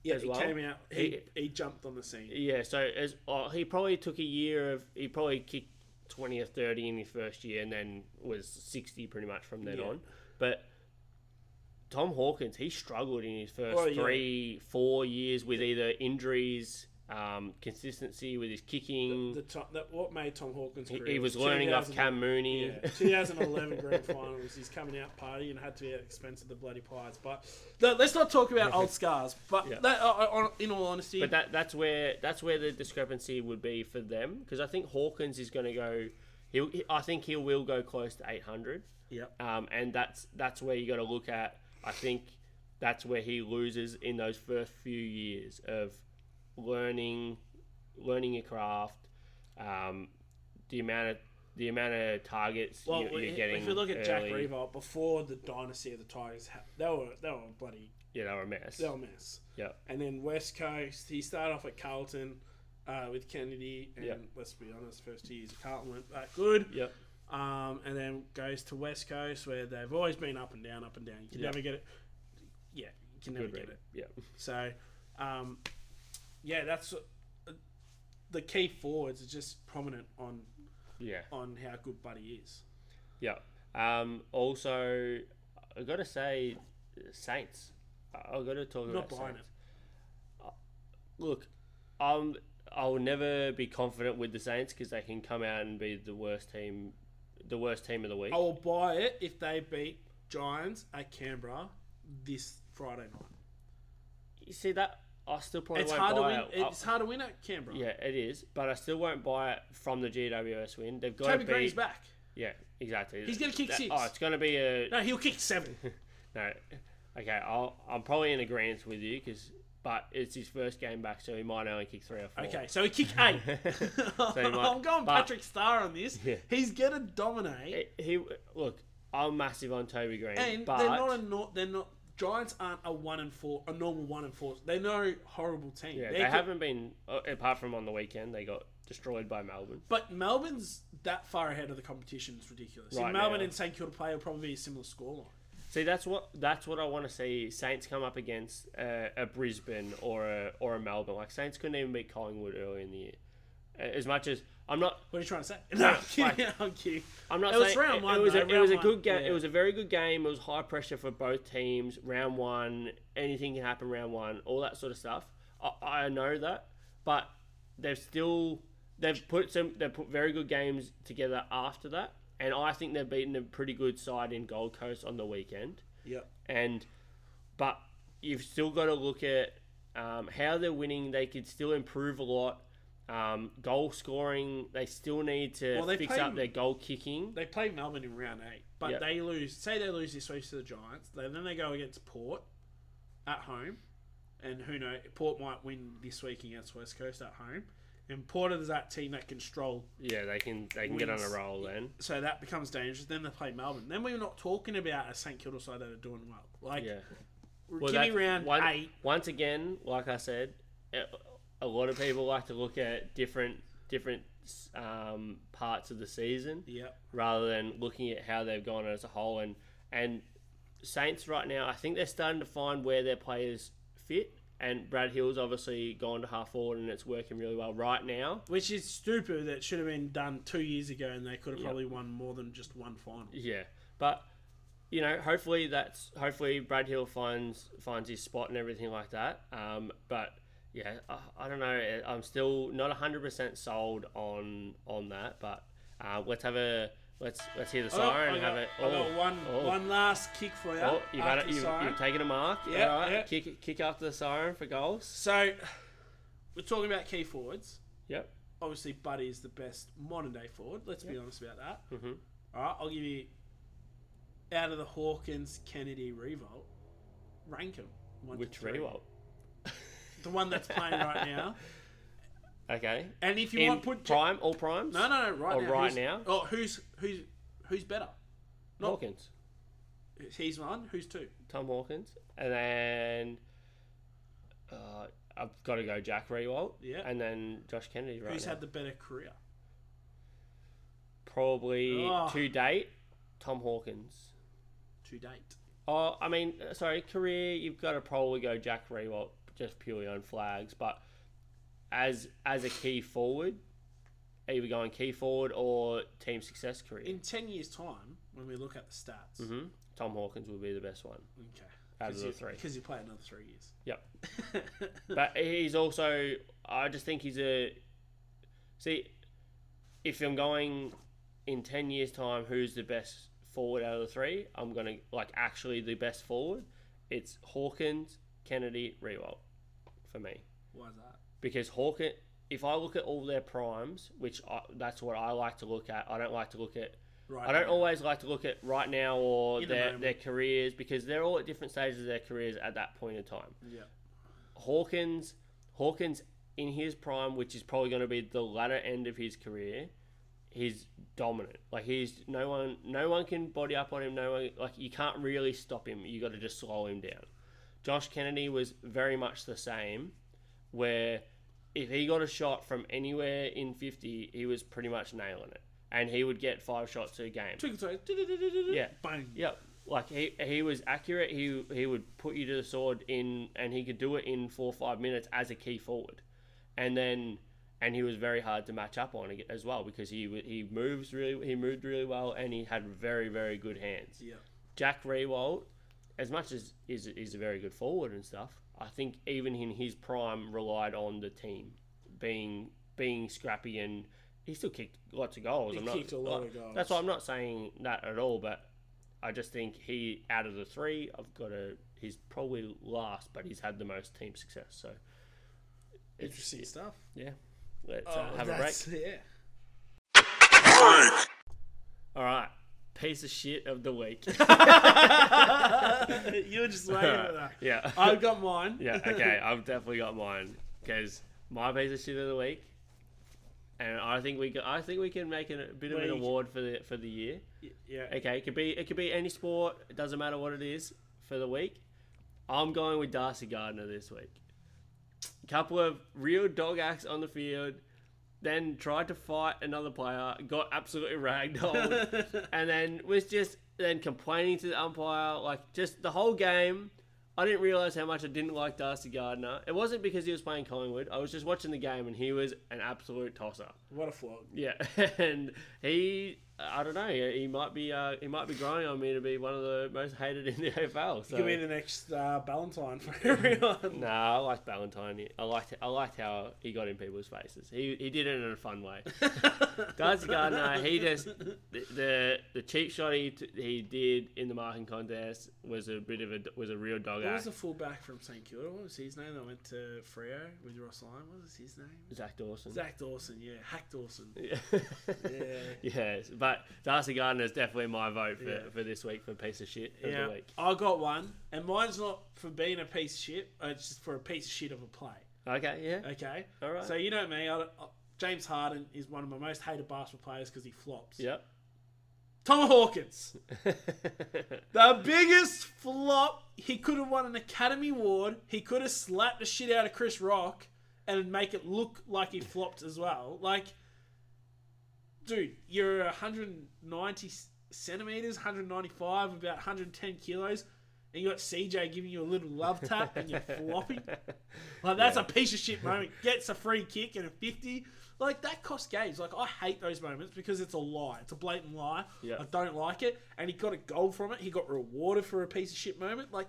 A: yeah,
C: as
A: he
C: well.
A: came out, he,
C: He-
A: he jumped on the scene.
C: Yeah, so as oh, he probably took a year of he probably kicked twenty or thirty in his first year, and then was sixty pretty much from then
A: Yeah.
C: on. But Tom Hawkins, he struggled in his first
A: Oh, yeah.
C: three, four years with either injuries. um, consistency with his kicking.
A: The top, that what made Tom Hawkins.
C: He-
A: Career
C: he was learning off
A: 2000
C: Cam Mooney.
A: Yeah, 2011 Grand Finals. He's coming out party and had to be at the expense of the bloody Pies. But no, let's not talk about old scars. But
C: Yeah.
A: that, uh, on, in all honesty,
C: But that that's where that's where the discrepancy would be for them because I think Hawkins is going to go. He'll, he, I think he will go close to 800.
A: Yep.
C: Um, and that's that's where you got to look at. I think that's where he loses in those first few years of learning, learning your craft, um, the amount of the amount of targets
A: well,
C: you,
A: if-
C: you're getting.
A: if you look at Jack
C: early.
A: Revolt before the dynasty of the Tigers, ha- they were they were a bloody
C: yeah, they were a mess.
A: they were a mess.
C: Yep.
A: And then West Coast, he started off at Carlton uh, with Kennedy, and
C: Yep.
A: let's be honest, first two years at Carlton weren't that good.
C: Yep.
A: um, and then goes to West Coast where they've always been up and down, up and down. You can
C: Yeah.
A: never get it. Yeah, you can never
C: Good
A: get
C: read.
A: it.
C: Yep.
A: So, um, yeah, that's uh, the key forwards are just prominent on
C: Yeah.
A: on how good Buddy is.
C: Yeah. Um, also, I gotta say, Saints. I I gotta talk
A: Not
C: about
A: buying
C: Saints. Look, um, I'll never be confident with the Saints because they can come out and be the worst team, the worst team of the week.
A: it. I will buy it if they beat Giants at Canberra this Friday night.
C: You see that? I still probably
A: It's
C: won't
A: hard to
C: buy
A: win.
C: it. I-
A: It's hard to win at Canberra.
C: yeah, it is, but I still won't buy it from the GWS win. They've got
A: Toby
C: to
A: Green's
C: beat.
A: back.
C: Yeah, exactly.
A: He's gonna kick
C: That-
A: six.
C: Oh, it's gonna be a
A: No, he'll kick seven.
C: No, okay, I'll, I'm probably in agreement with you because, but it's his first game back, so he might only kick three or four.
A: Okay, so he kicked eight.
C: he might-
A: I'm going
C: but-
A: Patrick Starr on this.
C: Yeah.
A: He's gonna dominate,
C: He, he- look, I'm massive on Toby Green,
A: and
C: Eh, but
A: they're not a nor- they're not Giants aren't a one and four a normal one and four. They're no horrible team.
C: yeah,
A: They're
C: they
A: good-
C: haven't been uh, apart from on the weekend. They got destroyed by Melbourne.
A: But Melbourne's that far ahead of the competition is ridiculous.
C: Right
A: and Melbourne
C: now.
A: and St Kilda play will probably be a similar scoreline.
C: See, that's what that's what I want to see. Saints come up against uh, a Brisbane or a or a Melbourne. Like Saints couldn't even beat Collingwood early in the year. A- As much as I'm not
A: What are you trying to say? No, I'm kidding. I'm kidding.
C: I'm not
A: it was
C: saying
A: round
C: it,
A: one.
C: it was
A: though,
C: a, it
A: round
C: was a
A: one.
C: good game.
A: Yeah.
C: It was a very good game. It was high pressure for both teams. Round one, anything can happen. Round one, all that sort of stuff. I, I know that, but they've still they've put some they've put very good games together after that, and I think they've beaten a pretty good side in Gold Coast on the weekend.
A: Yep.
C: And but you've still got to look at um, how they're winning. They could still improve a lot. Um, goal scoring, they still need to
A: Well, they
C: fix
A: play-
C: up their goal kicking.
A: They play Melbourne in round eight, but
C: Yeah.
A: they lose. Say they lose this week to the Giants, they, then they go against Port at home, and who knows? Port might win this week against West Coast at home, and Port is that team that can stroll,
C: Yeah, they can they can get on a
A: Wins.
C: roll then.
A: so that becomes dangerous. Then they play Melbourne. Then we're not talking about a St Kilda side that are doing well. Like,
C: Yeah.
A: give me
C: that's
A: round
C: one-
A: eight.
C: Once again, like I said, a- a lot of people like to look at different different um, parts of the season.
A: Yep.
C: rather than looking at how they've gone as a whole. And and Saints right now, I think they're starting to find where their players fit. And Brad Hill's obviously gone to half forward, and it's working really well right now.
A: Which is stupid. That should have been done two years ago, and they could have probably won more than just one final.
C: Yeah, but you know, hopefully that's hopefully Brad Hill finds finds his spot and everything like that. Um, but yeah, I, I don't know. I'm still not 100 percent sold on on that. But uh, let's have a let's let's hear the
A: Oh,
C: siren
A: I
C: and
A: got,
C: have it.
A: I got one,
C: oh.
A: one last kick for you.
C: Oh, you've, had
A: after
C: it,
A: the
C: you've,
A: siren.
C: you've taken a mark.
A: Yeah,
C: all right.
A: yeah.
C: Kick, kick after the siren for goals.
A: So, we're talking about key forwards.
C: Yep.
A: Obviously, Buddy is the best modern day forward. Let's be honest about that. Mm-hmm. right, I'll give you out of the Hawkins Kennedy revolt, rank him. One to
C: Which
A: three.
C: revolt?
A: The one that's playing right now.
C: Okay.
A: And if you
C: In
A: want, put
C: prime, all primes?
A: No, no, no. Right
C: or
A: now.
C: right
A: who's,
C: now?
A: Oh, who's who's who's better? not-
C: Hawkins.
A: He's one. Who's two?
C: Tom Hawkins. And then uh, I've got to go Jack Rewalt.
A: Yeah.
C: And then Josh Kennedy right
A: who's
C: now.
A: had the better career?
C: Probably
A: Oh.
C: to date, Tom Hawkins.
A: To date.
C: Oh, I mean, uh, sorry, career. You've got to probably go Jack Rewalt just purely on flags, but as as a key forward, either going key forward or team success career,
A: In ten years' time, when we look at the stats,
C: hmm Tom Hawkins will be the best one.
A: okay,
C: Out of the three.
A: because you play another three years.
C: Yep, but he's also I just think he's a. See, if I'm going in 10 years' time, who's the best forward out of the three? I'm going to, like, actually the best forward. It's Hawkins, Kennedy, Rewalt for me.
A: Why is that?
C: Because Hawkins, if I look at all their primes, which I, that's what I like to look at, I don't like to look at.
A: Right
C: I don't
A: now.
C: always like to look at right now or
A: In the
C: their,
A: moment.
C: their careers because they're all at different stages of their careers at that point in time.
A: Yeah.
C: Hawkins, Hawkins in his prime, which is probably going to be the latter end of his career, he's dominant. Like he's no one, no one can body up on him. No one, like you can't really stop him. You got to just slow him down. Josh Kennedy was very much the same, where if he got a shot from anywhere in fifty, he was pretty much nailing it, and he would get five shots a game.
A: Trick or treat.
C: Yeah.
A: Bang.
C: Yep. Like he, he was accurate. He he would put you to the sword in, and he could do it in four or five minutes as a key forward, and then and he was very hard to match up on ag- as well because he w- he moves really he moved really well and he had very very good hands.
A: Yeah.
C: Jack Rewalt, as much as is is a very good forward and stuff, I think even in his prime relied on the team being being scrappy and he still kicked lots of goals.
A: He
C: I'm not,
A: kicked a lot of goals.
C: That's why I'm not saying that at all, but I just think he out of the three, I've got a he's probably last, but he's had the most team success. So
A: Interesting stuff. Oh,
C: yeah, let's uh, have a break.
A: that's- Yeah.
C: All right, piece of shit of the week.
A: you were just waiting for that.
C: yeah.
A: I've got mine.
C: Yeah, okay, I've definitely got mine because my piece of shit of the week, and I think we can, I think we can make an, a bit of an
A: Week.
C: award for the for the year.
A: Yeah.
C: Okay, it could be it could be any sport. It doesn't matter what it is for the week. I'm going with Darcy Gardner this week. Couple of real dog acts on the field, then tried to fight another player, got absolutely ragdolled, and then was just then complaining to the umpire like just the whole game. I didn't realize how much I didn't like Darcy Gardner. It wasn't because he was playing Collingwood. I was just watching the game, and he was an absolute tosser.
A: What a flog.
C: Yeah, and he, I don't know, he might be, uh, he might be growing on me to be one of the most hated in the AFL. So.
A: Give me the next uh, Valentine for everyone.
C: Nah, I liked Valentine. I liked I liked how he got in people's faces. He he did it in a fun way. Darcy Gardner, he just the the, the cheap shot he, t- he did in the marking contest was a bit of a was a real dog
A: What was
C: act.
A: the fullback from St Kilda? What was his name that went to Freo with Ross Lyon? What was his name?
C: Zach Dawson.
A: Zach Dawson, yeah. Hack Dawson.
C: Yes, but Darcy Gardner is definitely my vote for, for this week for piece of shit of
A: Yeah,
C: the week.
A: I got one, and mine's not for being a piece of shit. uh, It's just for a piece of shit of a play.
C: Okay, yeah.
A: Okay,
C: All right.
A: So you know me. I, don't- I- James Harden is one of my most hated basketball players because he flops.
C: Yep.
A: Tom Hawkins, the biggest flop. He could have won an Academy Award. He could have slapped the shit out of Chris Rock and make it look like he flopped as well. Like, dude, you're 190 centimeters, 195, about 110 kilos, and you got CJ giving you a little love tap and you're flopping. Like that's a piece of shit moment. Gets a free kick and a fifty. Like that cost games. Like I hate those moments because it's a lie. It's a blatant lie.
C: Yeah.
A: I don't like it. And he got a goal from it. He got rewarded for a piece of shit moment. Like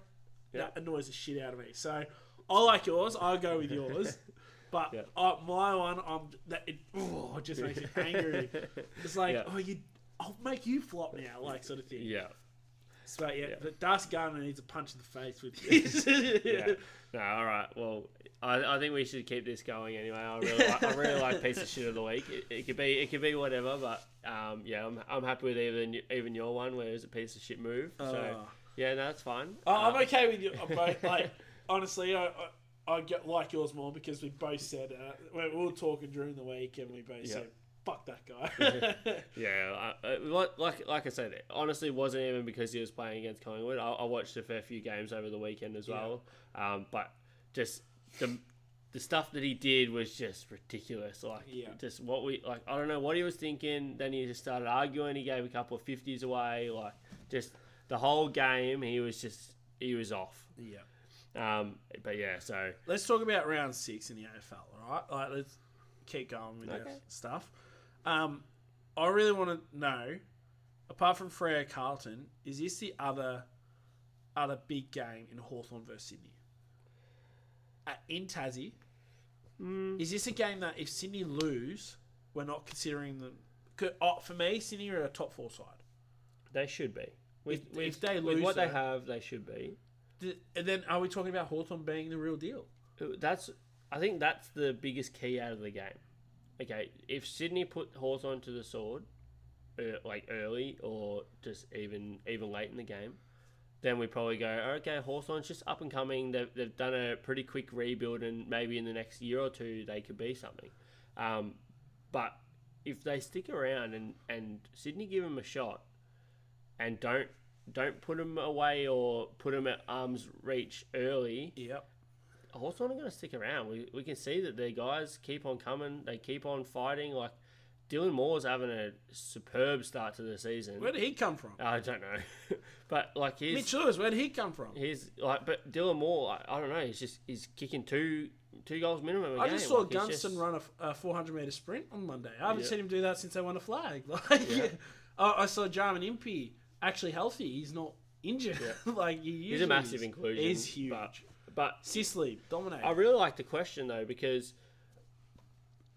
A: that annoys the shit out of me. So I like yours. I go with yours. But uh, my one, I'm that it, oh, it just makes me angry. It's like
C: Yeah.
A: oh you, I'll make you flop now, like sort of thing.
C: Yeah.
A: So yeah, but Darcy Gardner needs a punch in the face with his.
C: Yeah. No, all right. Well, I, I think we should keep this going anyway. I really, like, I really like piece of shit of the week. It, it could be, it could be whatever, but um, yeah, I'm, I'm happy with even even your one where it was a piece of shit move. So yeah, no, that's fine.
A: I- I'm okay with you both. Like honestly, I, I, I get, like yours more because we both said uh, we we were talking during the week and we both said fuck that guy.
C: Yeah, I, I, like- like like I said, it honestly wasn't even because he was playing against Collingwood. I, I watched a fair few games over the weekend as well, um, but just the the stuff that he did was just ridiculous. Like,
A: Yeah.
C: just what we like, I don't know what he was thinking. Then he just started arguing. He gave a couple of fifties away. Like, just the whole game, he was just he was off.
A: yeah.
C: Um, but yeah, so
A: Let's talk about round six in the AFL. All right, like let's keep going with this stuff. Um, I really want to know. Apart from Freya Carlton, is this the other other big game in Hawthorn versus Sydney? Uh, in Tassie, Is this a game that if Sydney lose, we're not considering them? Could, oh, for me, Sydney are a top four side.
C: They should be. With,
A: If-
C: with,
A: if they
C: with
A: lose
C: what they
A: that-
C: have, they should be.
A: Th- And then are we talking about Hawthorn being the real deal?
C: That's I think that's the biggest key out of the game. Okay, if Sydney put Hawthorn to the sword, er, like early or just even even late in the game, then we probably go, okay, Hawthorn's just up and coming. They've, they've done a pretty quick rebuild, and maybe in the next year or two they could be something. Um, but if they stick around and, and Sydney give them a shot, and don't don't put them away or put them at arm's reach early,
A: Yep.
C: Hawthorn are going to stick around. We, we can see that their guys keep on coming. They keep on fighting. Like Dylan Moore's having a superb start to the season. Uh,
A: Where did he come from?
C: I don't know, but like his
A: Mitch Lewis, where did he come from?
C: his like, but Dylan Moore, like, I don't know. He's just he's kicking two two goals minimum. a
A: I just
C: game.
A: saw
C: Like, he's
A: Gunston
C: just-
A: run a f- a, 400 meter sprint on Monday. I haven't
C: Yeah.
A: seen him do that since they won a flag. Like, I, I saw Jarman Impey actually healthy. He's not injured. like he
C: He's
A: usually
C: a massive
A: is.
C: inclusion.
A: He's huge.
C: but- but
A: Sicily dominated.
C: I really like the question though because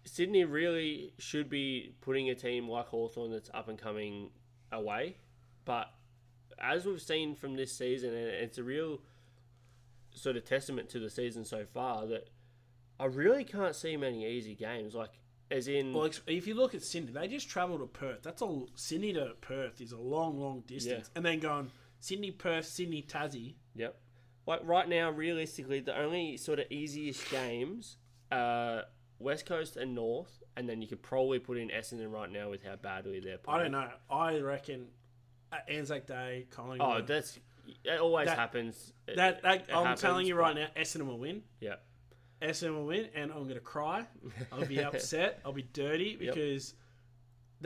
C: Sydney really should be putting a team like Hawthorn that's up and coming away, but as we've seen from this season, and it's a real sort of testament to the season so far that I really can't see many easy games. Like, as in,
A: Well, ex- if you look at Sydney, they just travel to Perth. That's a l- Sydney to Perth is a long, long distance,
C: Yeah.
A: and then going Sydney, Perth, Sydney, Tassie.
C: Yep. Like right now, realistically, the only sort of easiest games are West Coast and North, and then you could probably put in Essendon right now with how badly they're
A: I don't
C: playing.
A: know. I reckon uh, Anzac Day,
C: Oh,
A: Collingwood.
C: that's it. Always
A: That-
C: happens. It-
A: that, that
C: it
A: I'm
C: happens,
A: telling you
C: but-
A: right now, Essendon will win.
C: Yeah.
A: Essendon will win, and I'm gonna cry. I'll be upset. I'll be dirty because
C: Look,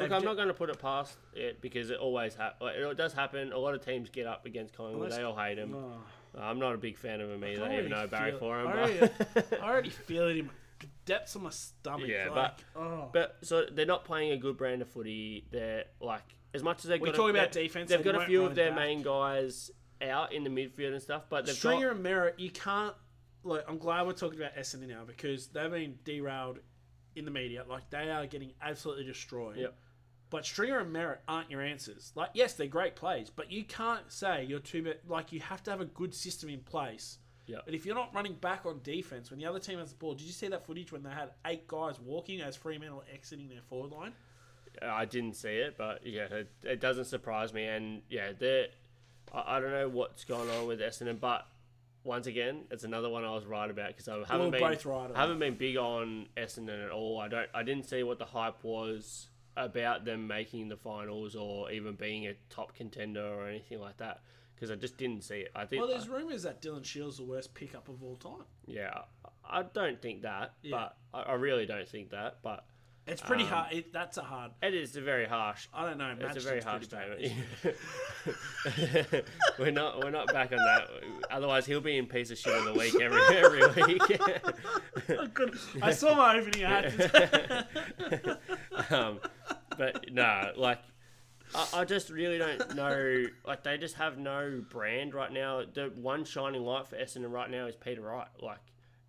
A: they've
C: I'm
A: ju-
C: not going to put it past it because it always happens. Like, it does happen. A lot of teams get up against Collingwood.
A: Unless-
C: they all hate him.
A: Oh.
C: I'm not a big fan of him
A: I
C: either,
A: already
C: even though I barry
A: feel-
C: for him.
A: I
C: but-
A: already, I already feel it in my the depths of my stomach.
C: Yeah,
A: like,
C: but
A: oh.
C: but so they're not playing a good brand of footy. They're like as much as they've
A: We're
C: got. a-
A: talking about
C: they-
A: defense,
C: They've
A: they
C: got a
A: weren't
C: few
A: running
C: of their
A: back.
C: main guys out in the midfield and stuff, but they've
A: Stringer
C: got.
A: and Merritt, you can't. Like, I'm glad we're talking about Essendon now because they've been derailed in the media. Like, they are getting absolutely destroyed.
C: Yep.
A: But Stringer and Merritt aren't your answers. Like, yes, they're great plays, but you can't say you're too bit. Like, you have to have a good system in place.
C: Yep.
A: And if you're not running back on defense when the other team has the ball, did you see that footage when they had eight guys walking as Fremantle exiting their forward line?
C: I didn't see it, but yeah, it, it doesn't surprise me. And yeah, they're, I, I don't know what's going on with Essendon, but once again, it's another one I was right about because I haven't
A: were
C: been
A: both right on
C: I haven't been big on Essendon at all. I don't, I didn't see what the hype was about them making the finals or even being a top contender or anything like that because I just didn't see it. I think, uh,
A: Well, there's rumors that Dylan Shields the worst pickup of all time.
C: yeah, I I don't think that, but I, I really don't think that, but.
A: It's pretty hard. It, that's a hard.
C: It is a very harsh
A: I don't know.
C: Um, It's a very harsh
A: Matching's pretty
C: statement. we're not we're not back on that. Otherwise, he'll be in piece of shit of the week every every week.
A: Good. I saw my opening act. Yeah.
C: um, but no, like I, I just really don't know. Like they just have no brand right now. The one shining light for Essendon right now is Peter Wright. Like,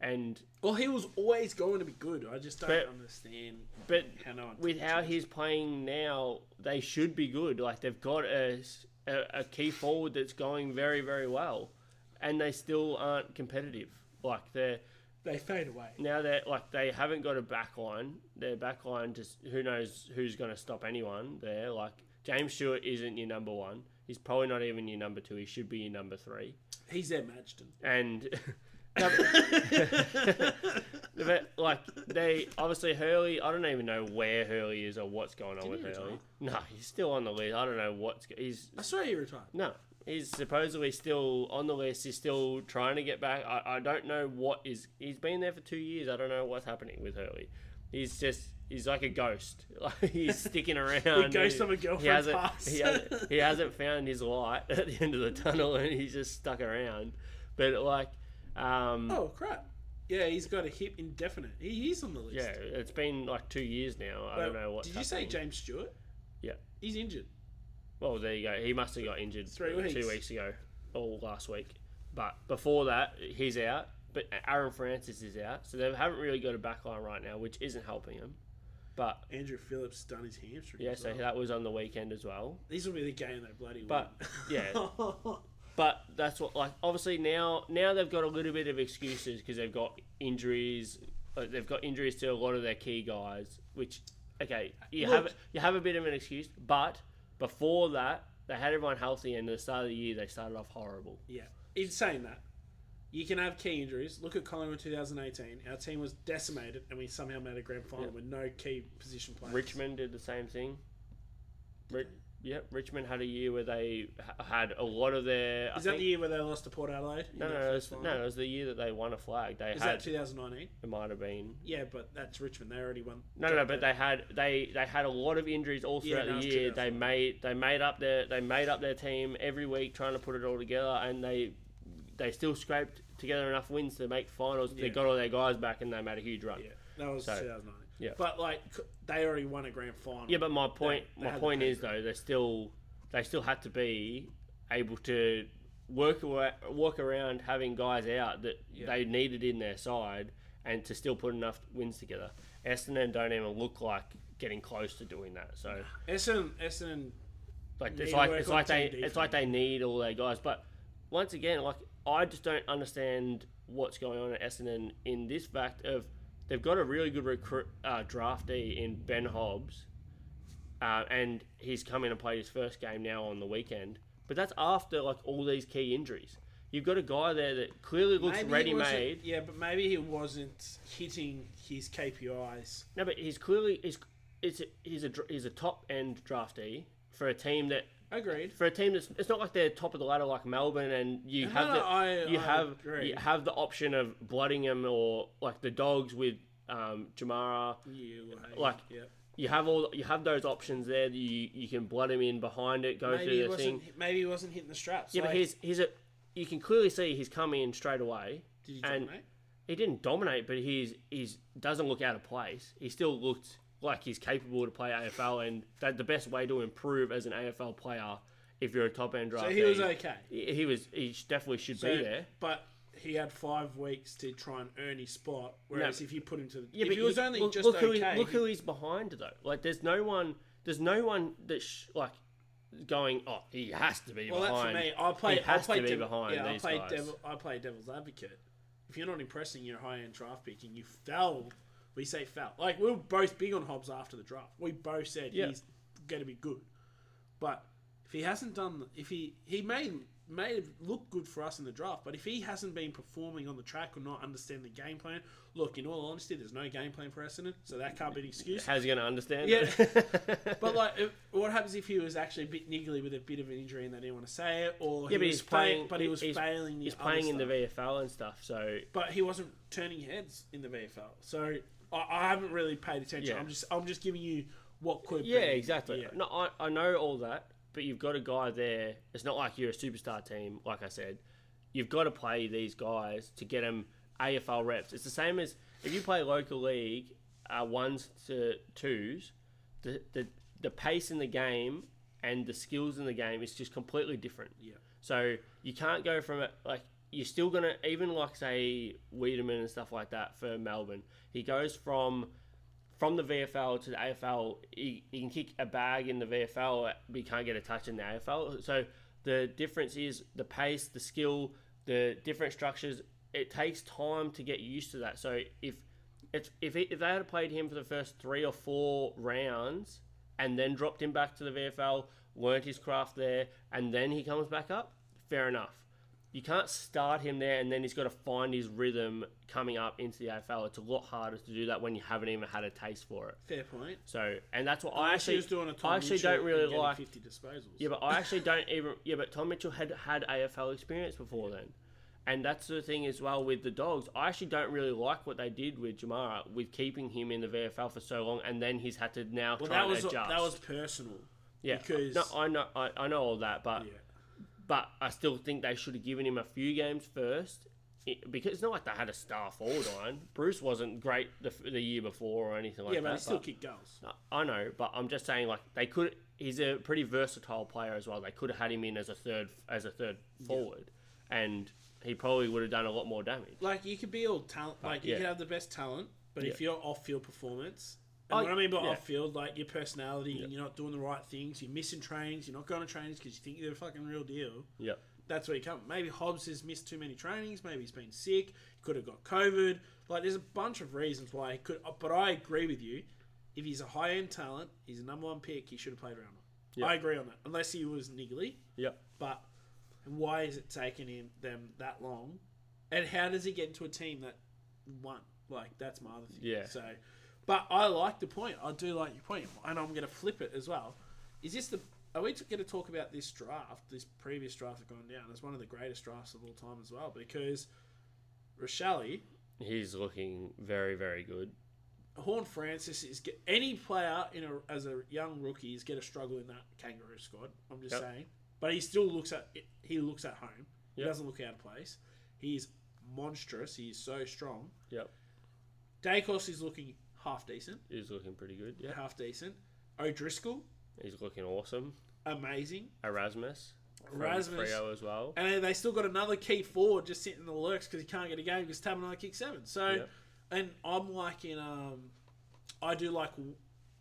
C: and
A: Well, he was always going to be good. I just don't
C: But-
A: understand.
C: But
A: How no one
C: with
A: touches
C: how
A: it.
C: he's playing now, they should be good. Like they've got a, s- a- a key forward that's going very very well, and they still aren't competitive. Like they're
A: They fade away.
C: now they're like they haven't got a back line. Their back line just who knows who's going to stop anyone there. Like James Stewart isn't your number one. He's probably not even your number two. He should be your number three
A: He's their Magston.
C: and No, but- but, like they obviously Hurley, I don't even know where Hurley is or what's going on with
A: he
C: Hurley. No, he's still on the list. I don't know what's go- he's
A: I saw he retired.
C: no, he's supposedly still on the list. He's still trying to get back. I, I don't know what is. He's been there for two years. I don't know what's happening with Hurley. He's just. He's like a ghost. Like he's sticking around.
A: ghost
C: He-
A: of a girlfriend
C: He hasn't,
A: pass.
C: he, hasn't, he hasn't found his light at the end of the tunnel, and he's just stuck around. But like, um,
A: Oh crap! Yeah, he's got a hip indefinite. He is on the list.
C: yeah, it's been like two years now. I don't
A: Well,
C: know what.
A: Did you say James Stewart?
C: Yeah.
A: He's injured.
C: Well, there you go. He must have got injured
A: Three
C: two
A: weeks.
C: weeks ago or last week. But before that, he's out. But Aaron Francis is out, so they haven't really got a back line right now, which isn't helping them. But
A: Andrew Phillips done his hamstring.
C: yeah,
A: as
C: so
A: well.
C: that was on the weekend as well.
A: These will be the game they bloody
C: But
A: win.
C: yeah, but that's what like obviously now now they've got a little bit of excuses because they've got injuries. uh, They've got injuries to a lot of their key guys, which okay, you
A: Look-
C: have you have a bit of an excuse. But before that, they had everyone healthy, and at the start of the year they started off horrible.
A: Yeah. In saying that, you can have key injuries. Look at Collingwood 2018. Our team was decimated, and we somehow made a grand final with no key position players.
C: Richmond did the same thing. Ri- yeah, Richmond had a year where they ha- had a lot of their. I
A: Is that
C: think-
A: the year where they lost to Port Adelaide? in
C: No, no,
A: that
C: no, it
A: first
C: was,
A: final?
C: no. It was the year that they won a flag. They
A: Is
C: had
A: that 2019?
C: it might have been
A: Yeah, but that's Richmond. They already won.
C: No, no, no, but they had they they had a lot of injuries all
A: Yeah,
C: throughout
A: no,
C: the
A: it's
C: year.
A: 2000.
C: They made they made up their they made up their team every week trying to put it all together, and they they still scraped together enough wins to make finals. They got all their guys back, and they made a huge run.
A: Yeah, that was
C: So,
A: 2009.
C: yeah.
A: but like c- they already won a grand final.
C: Yeah, but my point
A: they
C: my
A: had the
C: point is
A: pedigree.
C: though they still they still had to be able to work awa- work around having guys out that they needed in their side and to still put enough wins together. Essendon don't even look like getting close to doing that. So
A: Essendon, Essendon,
C: like
A: Need
C: it's
A: to
C: like
A: work
C: it's
A: on
C: like they
A: team defense.
C: it's like they need all their guys. But once again, like I just don't understand what's going on at Essendon in this fact of they've got a really good recruit uh, draftee in Ben Hobbs, uh, and he's come in and played his first game now on the weekend. But that's after like all these key injuries. You've got a guy there that clearly looks
A: maybe he
C: ready
A: wasn't-
C: made.
A: Yeah, but maybe he wasn't hitting his KPIs.
C: No, but he's clearly he's it's he's a dr- he's a top end draftee for a team that
A: Agreed.
C: for a team that's it's not like they're top of the ladder like Melbourne and you
A: No,
C: have
A: no,
C: the
A: I-
C: you
A: I
C: have
A: agree.
C: you have the option of Bloodingham or like the Dogs with um, Jamara.
A: You uh,
C: Like
A: yeah.
C: you have all you have those options there that you you can blood him in behind it, go
A: Maybe
C: through
A: he
C: the
A: wasn't.
C: thing.
A: Maybe he wasn't hitting the straps.
C: Yeah,
A: like,
C: but he's he's a you can clearly see he's come in straight away.
A: Did he
C: and
A: dominate?
C: He didn't dominate, but he's he's doesn't look out of place. He still looked like he's capable to play AFL, and that the best way to improve as an AFL player if you're a top end draft.
A: So he was okay.
C: He he was. He sh- definitely should
A: So,
C: be there.
A: But he had five weeks to try and earn his spot. Whereas
C: No.
A: if you put him to the,
C: Yeah,
A: if
C: but
A: he was
C: you-
A: only
C: look,
A: just
C: look
A: okay,
C: who he, look
A: he-
C: who he's behind though. Like there's no one. There's no one that sh- like going. Oh, he has to be
A: well,
C: behind.
A: that's for me. I play.
C: He has
A: I play
C: to be
A: devil-
C: behind
A: Yeah,
C: these
A: I play
C: guys.
A: devil. I play devil's advocate. If you're not impressing your high end draft pick and you fell, we say fell. Like we were both big on Hobbs after the draft. We both said
C: Yeah.
A: he's going to be good, but if he hasn't done, if he he made made it look good for us in the draft, but if he hasn't been performing on the track or not understanding the game plan, look, in all honesty, there's no game plan for Essendon, so that can't be an excuse.
C: How's he going to understand?
A: Yeah.
C: that?
A: But like, if, what happens if he was actually a bit niggly with a bit of an injury and they didn't want to say it, or
C: Yeah,
A: he
C: but
A: was
C: he's playing.
A: fail- but he was
C: he's,
A: failing. The
C: he's playing in the
A: VFL.
C: VFL and stuff. So
A: But he wasn't turning heads in the VFL, so I, I haven't really paid attention.
C: Yeah.
A: I'm just I'm just giving you what could.
C: yeah,
A: be.
C: exactly.
A: Yeah.
C: No, I, I know all that, but you've got a guy there. It's not like you're a superstar team. Like I said, you've got to play these guys to get them AFL reps. It's the same as if you play local league uh, ones to twos. The, the the pace in the game and the skills in the game is just completely different. Yeah. So you can't go from it like you're still gonna even like say Wiedemann and stuff like that for Melbourne. He goes from from the VFL to the AFL, he, he can kick a bag in the VFL, but he can't get a touch in the AFL. So the difference is the pace, the skill, the different structures. It takes time to get used to that. So if if if, he, if they had played him for the first three or four rounds and then dropped him back to the VFL, learnt his craft there, and then he comes back up, fair enough. You can't start him there and then he's got to find his rhythm coming up into the AFL. It's a lot harder to do that when you haven't even had a taste for it.
A: Fair point.
C: So, and that's what I
A: Unless he
C: actually,
A: was doing a Tom
C: I actually
A: Mitchell
C: don't really
A: and getting
C: like.
A: fifty disposals.
C: Yeah, but I actually don't even. Yeah, but Tom Mitchell had had AFL experience before then, and that's the thing as well with the Dogs. I actually don't really like what they did with Jamara with keeping him in the VFL for so long, and then he's had to now
A: well,
C: try
A: that was
C: and adjust.
A: that was personal.
C: yeah.
A: because
C: no, I know I, I know all that, but
A: yeah.
C: but I still think they should have given him a few games first. It, because it's not like they had a star forward line. Bruce wasn't great the, f- the year before or anything like
A: yeah,
C: that.
A: but he still
C: but-
A: kicked goals.
C: no, I know, but I'm just saying like they could. He's a pretty versatile player as well. They could have had him in as a third as a third forward, and he probably would have done a lot more damage.
A: Like you could be all talent, like you
C: yeah.
A: could have the best talent, but if your off-field performance, and
C: Oh,
A: what I mean by
C: yeah.
A: off-field, like your personality, and you're not doing the right things, you're missing trainings, you're not going to trainings because you think you're the fucking real deal.
C: Yeah.
A: That's where you come. Maybe Hobbs has missed too many trainings. Maybe he's been sick. He could have got COVID. Like there's a bunch of reasons why he could. uh, But I agree with you. If he's a high-end talent, he's a number one pick. He should have played round one. I agree on that. Unless he was niggly,
C: Yeah.
A: but why is it taking him them that long? And how does he get into a team that won? Like that's my other thing.
C: Yeah.
A: So, but I like the point. I do like your point, and I'm going to flip it as well. Is this the? Are we going to talk about this draft? This previous draft that gone down as one of the greatest drafts of all time as well because Rochelle
C: He's looking very, very good.
A: Horn Francis is get, any player in a, as a young rookie is going to struggle in that kangaroo squad. I'm just
C: Yep.
A: saying, but he still looks at he looks at home. He
C: Yep.
A: doesn't look out of place. He's monstrous. He is so strong.
C: Yep.
A: Dacos is looking half decent,
C: He's looking pretty good. Yeah.
A: half decent. O'Driscoll,
C: He's looking awesome.
A: amazing.
C: Erasmus. from
A: Erasmus.
C: Freo as well.
A: And then they still got another key forward just sitting in the lurks because he can't get a game because Tabernacle kicked seven. So,
C: Yep.
A: and I'm liking, um, I do like,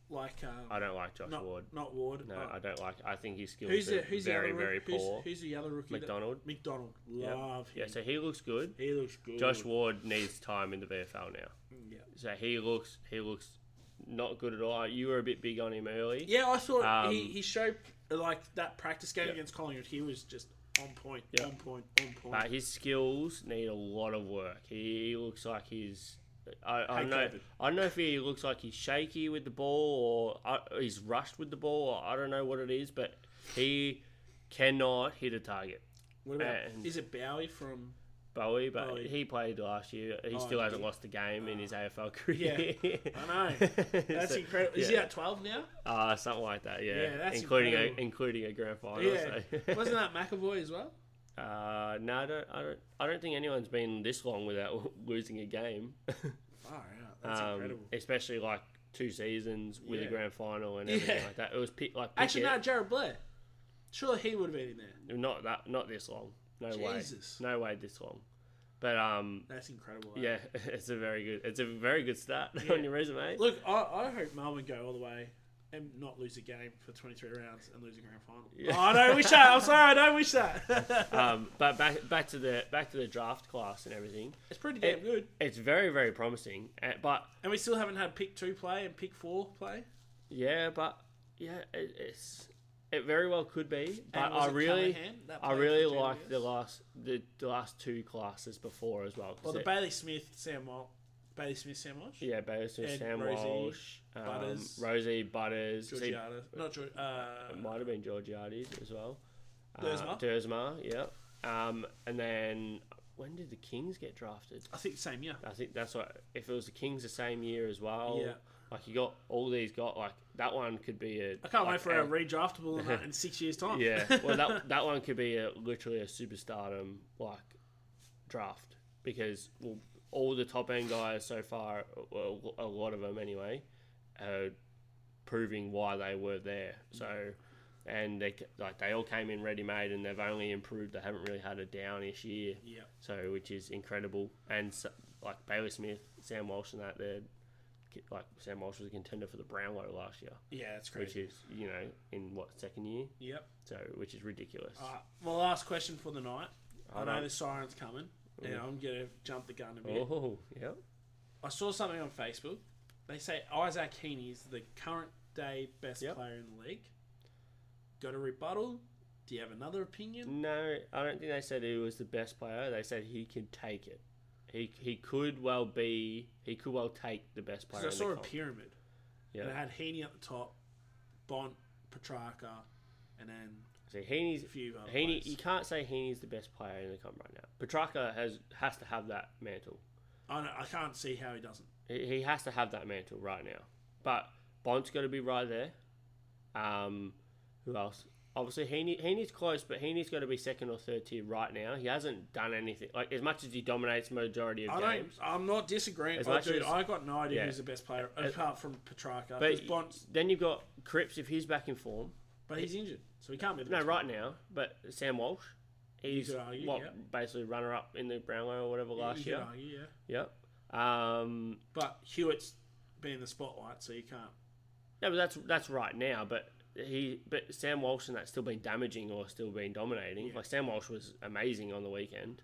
A: like, um,
C: I don't like Josh
A: not,
C: Ward.
A: Not Ward.
C: No,
A: Uh,
C: I don't like. I think his skills
A: Who's
C: are
A: the, who's
C: very,
A: the other
C: very
A: rookie? who's-
C: poor.
A: Who's, the other rookie? that-
C: McDonald.
A: McDonald.
C: Yep.
A: Love
C: Yeah,
A: him.
C: so he looks good.
A: he looks good. Mm,
C: Josh Ward needs time in the VFL now.
A: Yeah.
C: So he looks he looks not good at all. You were a bit big on him early.
A: Yeah, I thought
C: Um,
A: he, he showed like that practice game
C: Yeah.
A: against Collingwood. He was just on point,
C: Yeah.
A: on point, on point.
C: But his skills need a lot of work. He looks like he's. I, I
A: Hey,
C: don't know.
A: David.
C: I don't know if he looks like he's shaky with the ball or uh, he's rushed with the ball. Or I don't know what it is, but he cannot hit a target.
A: what about
C: and-
A: is it Bowie from?
C: Bowie, but
A: Bowie. Oh,
C: he played last year. He still hasn't lost a game in
A: Ah.
C: his AFL career.
A: I know that's
C: So,
A: incredible. Is he
C: yeah.
A: at twelve now?
C: Uh, something like that, yeah.
A: Yeah, that's
C: including a,
A: incredible.
C: including a grand final.
A: Yeah,
C: So.
A: wasn't that McAvoy as well?
C: Uh, no, I don't, I don't. I don't think anyone's been this long without losing a game.
A: Oh, yeah, that's
C: Um,
A: incredible.
C: Especially like two seasons with
A: Yeah.
C: a grand final and everything
A: Yeah.
C: like that. It was pi- like
A: Actually, no,
C: Pickett-
A: Jared Blair. Surely he would have been in there.
C: not that, not this long. No
A: Jesus.
C: way, no way, this long. But um,
A: That's incredible. eh?
C: yeah, it's a very good. It's a very good start on your resume.
A: Look, I, I hope Melbourne go all the way and not lose a game for 23 rounds and lose a grand final. Oh, I don't wish that. I'm sorry, I don't wish that.
C: Um, but back back to the back to the draft class and everything.
A: it's pretty damn
C: It-
A: good.
C: It's very very promising, uh, but
A: And we still haven't had pick two play and pick four play.
C: Yeah, but yeah, it, it's it very well could be. But
A: was
C: I
A: it
C: really,
A: Callahan that
C: I
A: played
C: really
A: for
C: like the
A: GWS?
C: last the, the last two classes before as well. 'cause
A: Well, the
C: it-
A: Bailey Smith, Sam Walsh. Bailey Smith, Sam Walsh.
C: yeah, Bayless,
A: and
C: Sam
A: Rosie
C: Walsh, um,
A: Butters.
C: Rosie Butters, see,
A: Georgiana. Not George, uh,
C: it might have been Georgiades as well. Uh,
A: Dersma.
C: Dersma, yeah. Um, and then when did the Kings get drafted?
A: I think same year.
C: I think that's what if it was the Kings the same year as well.
A: Yeah.
C: Like you got all these got like that one could be a
A: I can't
C: like
A: wait for a
C: a-
A: redraftable in, that in six years' time.
C: Yeah, well, that that one could be a, literally a superstardom like draft because well, all the top end guys so far, well, a lot of them anyway, are proving why they were there. So, and they c- like they all came in ready made, and they've only improved. They haven't really had a downish year.
A: Yeah.
C: So, which is incredible, and so, like Bailey Smith, Sam Walsh, and that they're like Sam Walsh was a contender for the Brownlow last year.
A: Yeah, that's
C: Which
A: crazy.
C: is, you know, in what second year?
A: Yep.
C: So, which is ridiculous.
A: Alright, my last question for the night. I know
C: Alright.
A: the siren's coming, and I'm going to jump the gun a bit.
C: oh, yeah.
A: I saw something on Facebook. They say Isaac Heaney is the current day best
C: Yep.
A: player in the league. Got a rebuttal? Do you have another opinion?
C: No, I don't think they said he was the best player. They said he could take it. He he could well be. He could well take the best player.
A: Because I
C: in
A: saw
C: the
A: a
C: comp.
A: pyramid, and it
C: Yeah.
A: had Heaney at the top, Bont, Petrarca, and then
C: So Heaney's
A: few other
C: Heaney.
A: players.
C: You can't say Heaney's the best player in the comp right now. Petrarca has has to have that mantle.
A: I, don't, I can't see how he doesn't.
C: He, he has to have that mantle right now. But Bond's got to be right there. Um, who else? Obviously, Heaney, Heaney's close, but Heaney's got to be second or third tier right now. He hasn't done anything. Like as much as he dominates majority of
A: I don't.
C: games,
A: I'm not disagreeing.
C: As
A: Oh,
C: much
A: dude,
C: as-
A: I got no idea
C: yeah.
A: who's the best player
C: As-
A: apart from Petrarca.
C: but
A: But Bont's,
C: then you've got Cripps if he's back in form.
A: but he's injured, so he can't be the
C: No,
A: best.
C: right now, but Sam Walsh, He's
A: could argue,
C: what,
A: yeah.
C: basically runner up in the Brownlow or whatever last
A: you
C: year.
A: could argue, yeah.
C: Yep. Um,
A: But Hewitt's been in the spotlight, so you can't.
C: no, but that's that's right now. But he, but Sam Walsh and that's still been damaging or still been dominating. Like Sam Walsh was amazing on the weekend.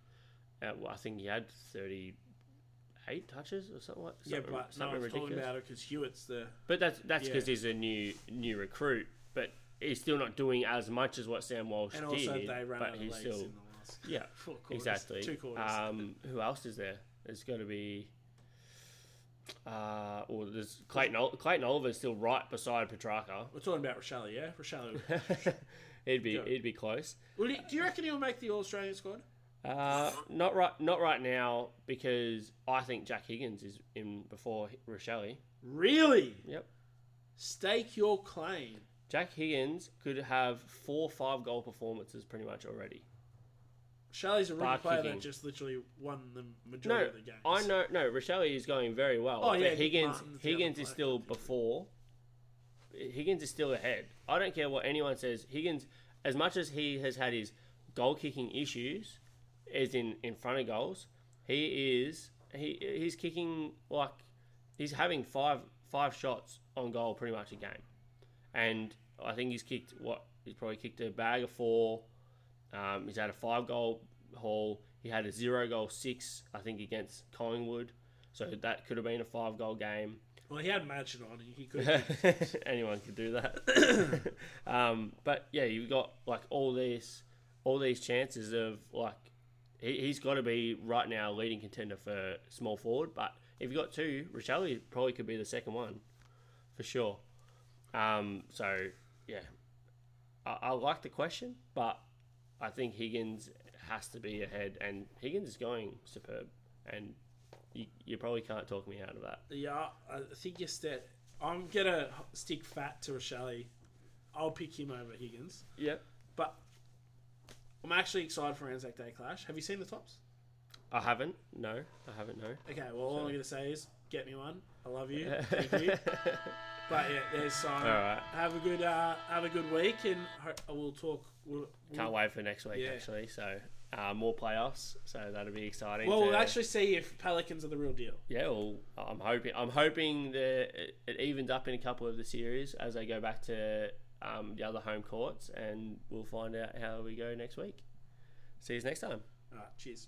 C: Uh, well, I think he had thirty-eight touches or something like
A: Yeah,
C: something,
A: but no
C: something
A: one's
C: ridiculous.
A: talking about it because Hewitt's the.
C: But that's that's
A: Yeah.
C: because he's a new new recruit, but he's still not doing as much as what Sam Walsh
A: And
C: did.
A: also, they ran
C: but
A: out of
C: he's
A: legs
C: still
A: in the last.
C: yeah,
A: four quarters,
C: exactly.
A: two quarters.
C: Um, who else is there? There's got to be. Uh, well, there's Clayton. Ol- Clayton Oliver's still right beside Petrarca.
A: We're talking about Rochelle, yeah? Rochelle.
C: He'd be he'd be close.
A: Will he, do you reckon he'll make the All Australian squad?
C: Uh, not right not right now because I think Jack Higgins is in before Rochelle.
A: Really?
C: Yep.
A: Stake your claim.
C: Jack Higgins could have four five goal performances pretty much already.
A: Shelley's a rookie
C: Bar
A: player
C: kicking.
A: that just literally won the majority
C: No,
A: of the games.
C: I know. No, Rochelle is going very well.
A: Oh,
C: but
A: yeah,
C: Higgins
A: Martin's the
C: Higgins
A: other
C: is
A: bloke,
C: still
A: I think.
C: before. Higgins is still ahead. I don't care what anyone says. Higgins, as much as he has had his goal kicking issues, as in in front of goals, he is he he's kicking like he's having five five shots on goal pretty much a game, and I think he's kicked what he's probably kicked a bag of four. Um, he's had a five goal haul. He had a zero goal six, I think, against Collingwood. So that could have been a five goal game.
A: Well, he had Madgen on. He could.
C: Anyone could do that. um, but yeah, you've got like all these, all these chances of like he, he's got to be right now a leading contender for small forward. But if you've got two, Rochelle probably could be the second one for sure. Um, so yeah, I, I like the question, but I think Higgins has to be ahead, and Higgins is going superb, and you, you probably can't talk me out of that.
A: yeah, uh, I think you're set. I'm going to stick fat to Rochelle. I'll pick him over Higgins.
C: Yep.
A: But I'm actually excited for Anzac Day Clash. Have you seen the tops?
C: I haven't. No, I haven't. No.
A: Okay, well, all I'm going to say is get me one. I love you. Thank you. But yeah, there's Simon.
C: Alright.
A: Have a good uh, have a good week, and ho- we'll talk. We'll, we'll,
C: Can't wait for next week
A: Yeah.
C: actually. So uh, more playoffs. So that'll be exciting.
A: well, we'll
C: to-
A: actually see if Pelicans are the real deal.
C: Yeah. Well, I'm hoping. I'm hoping that it, it evens up in a couple of the series as they go back to um, the other home courts, and we'll find out how we go next week. See you next time.
A: All right, cheers.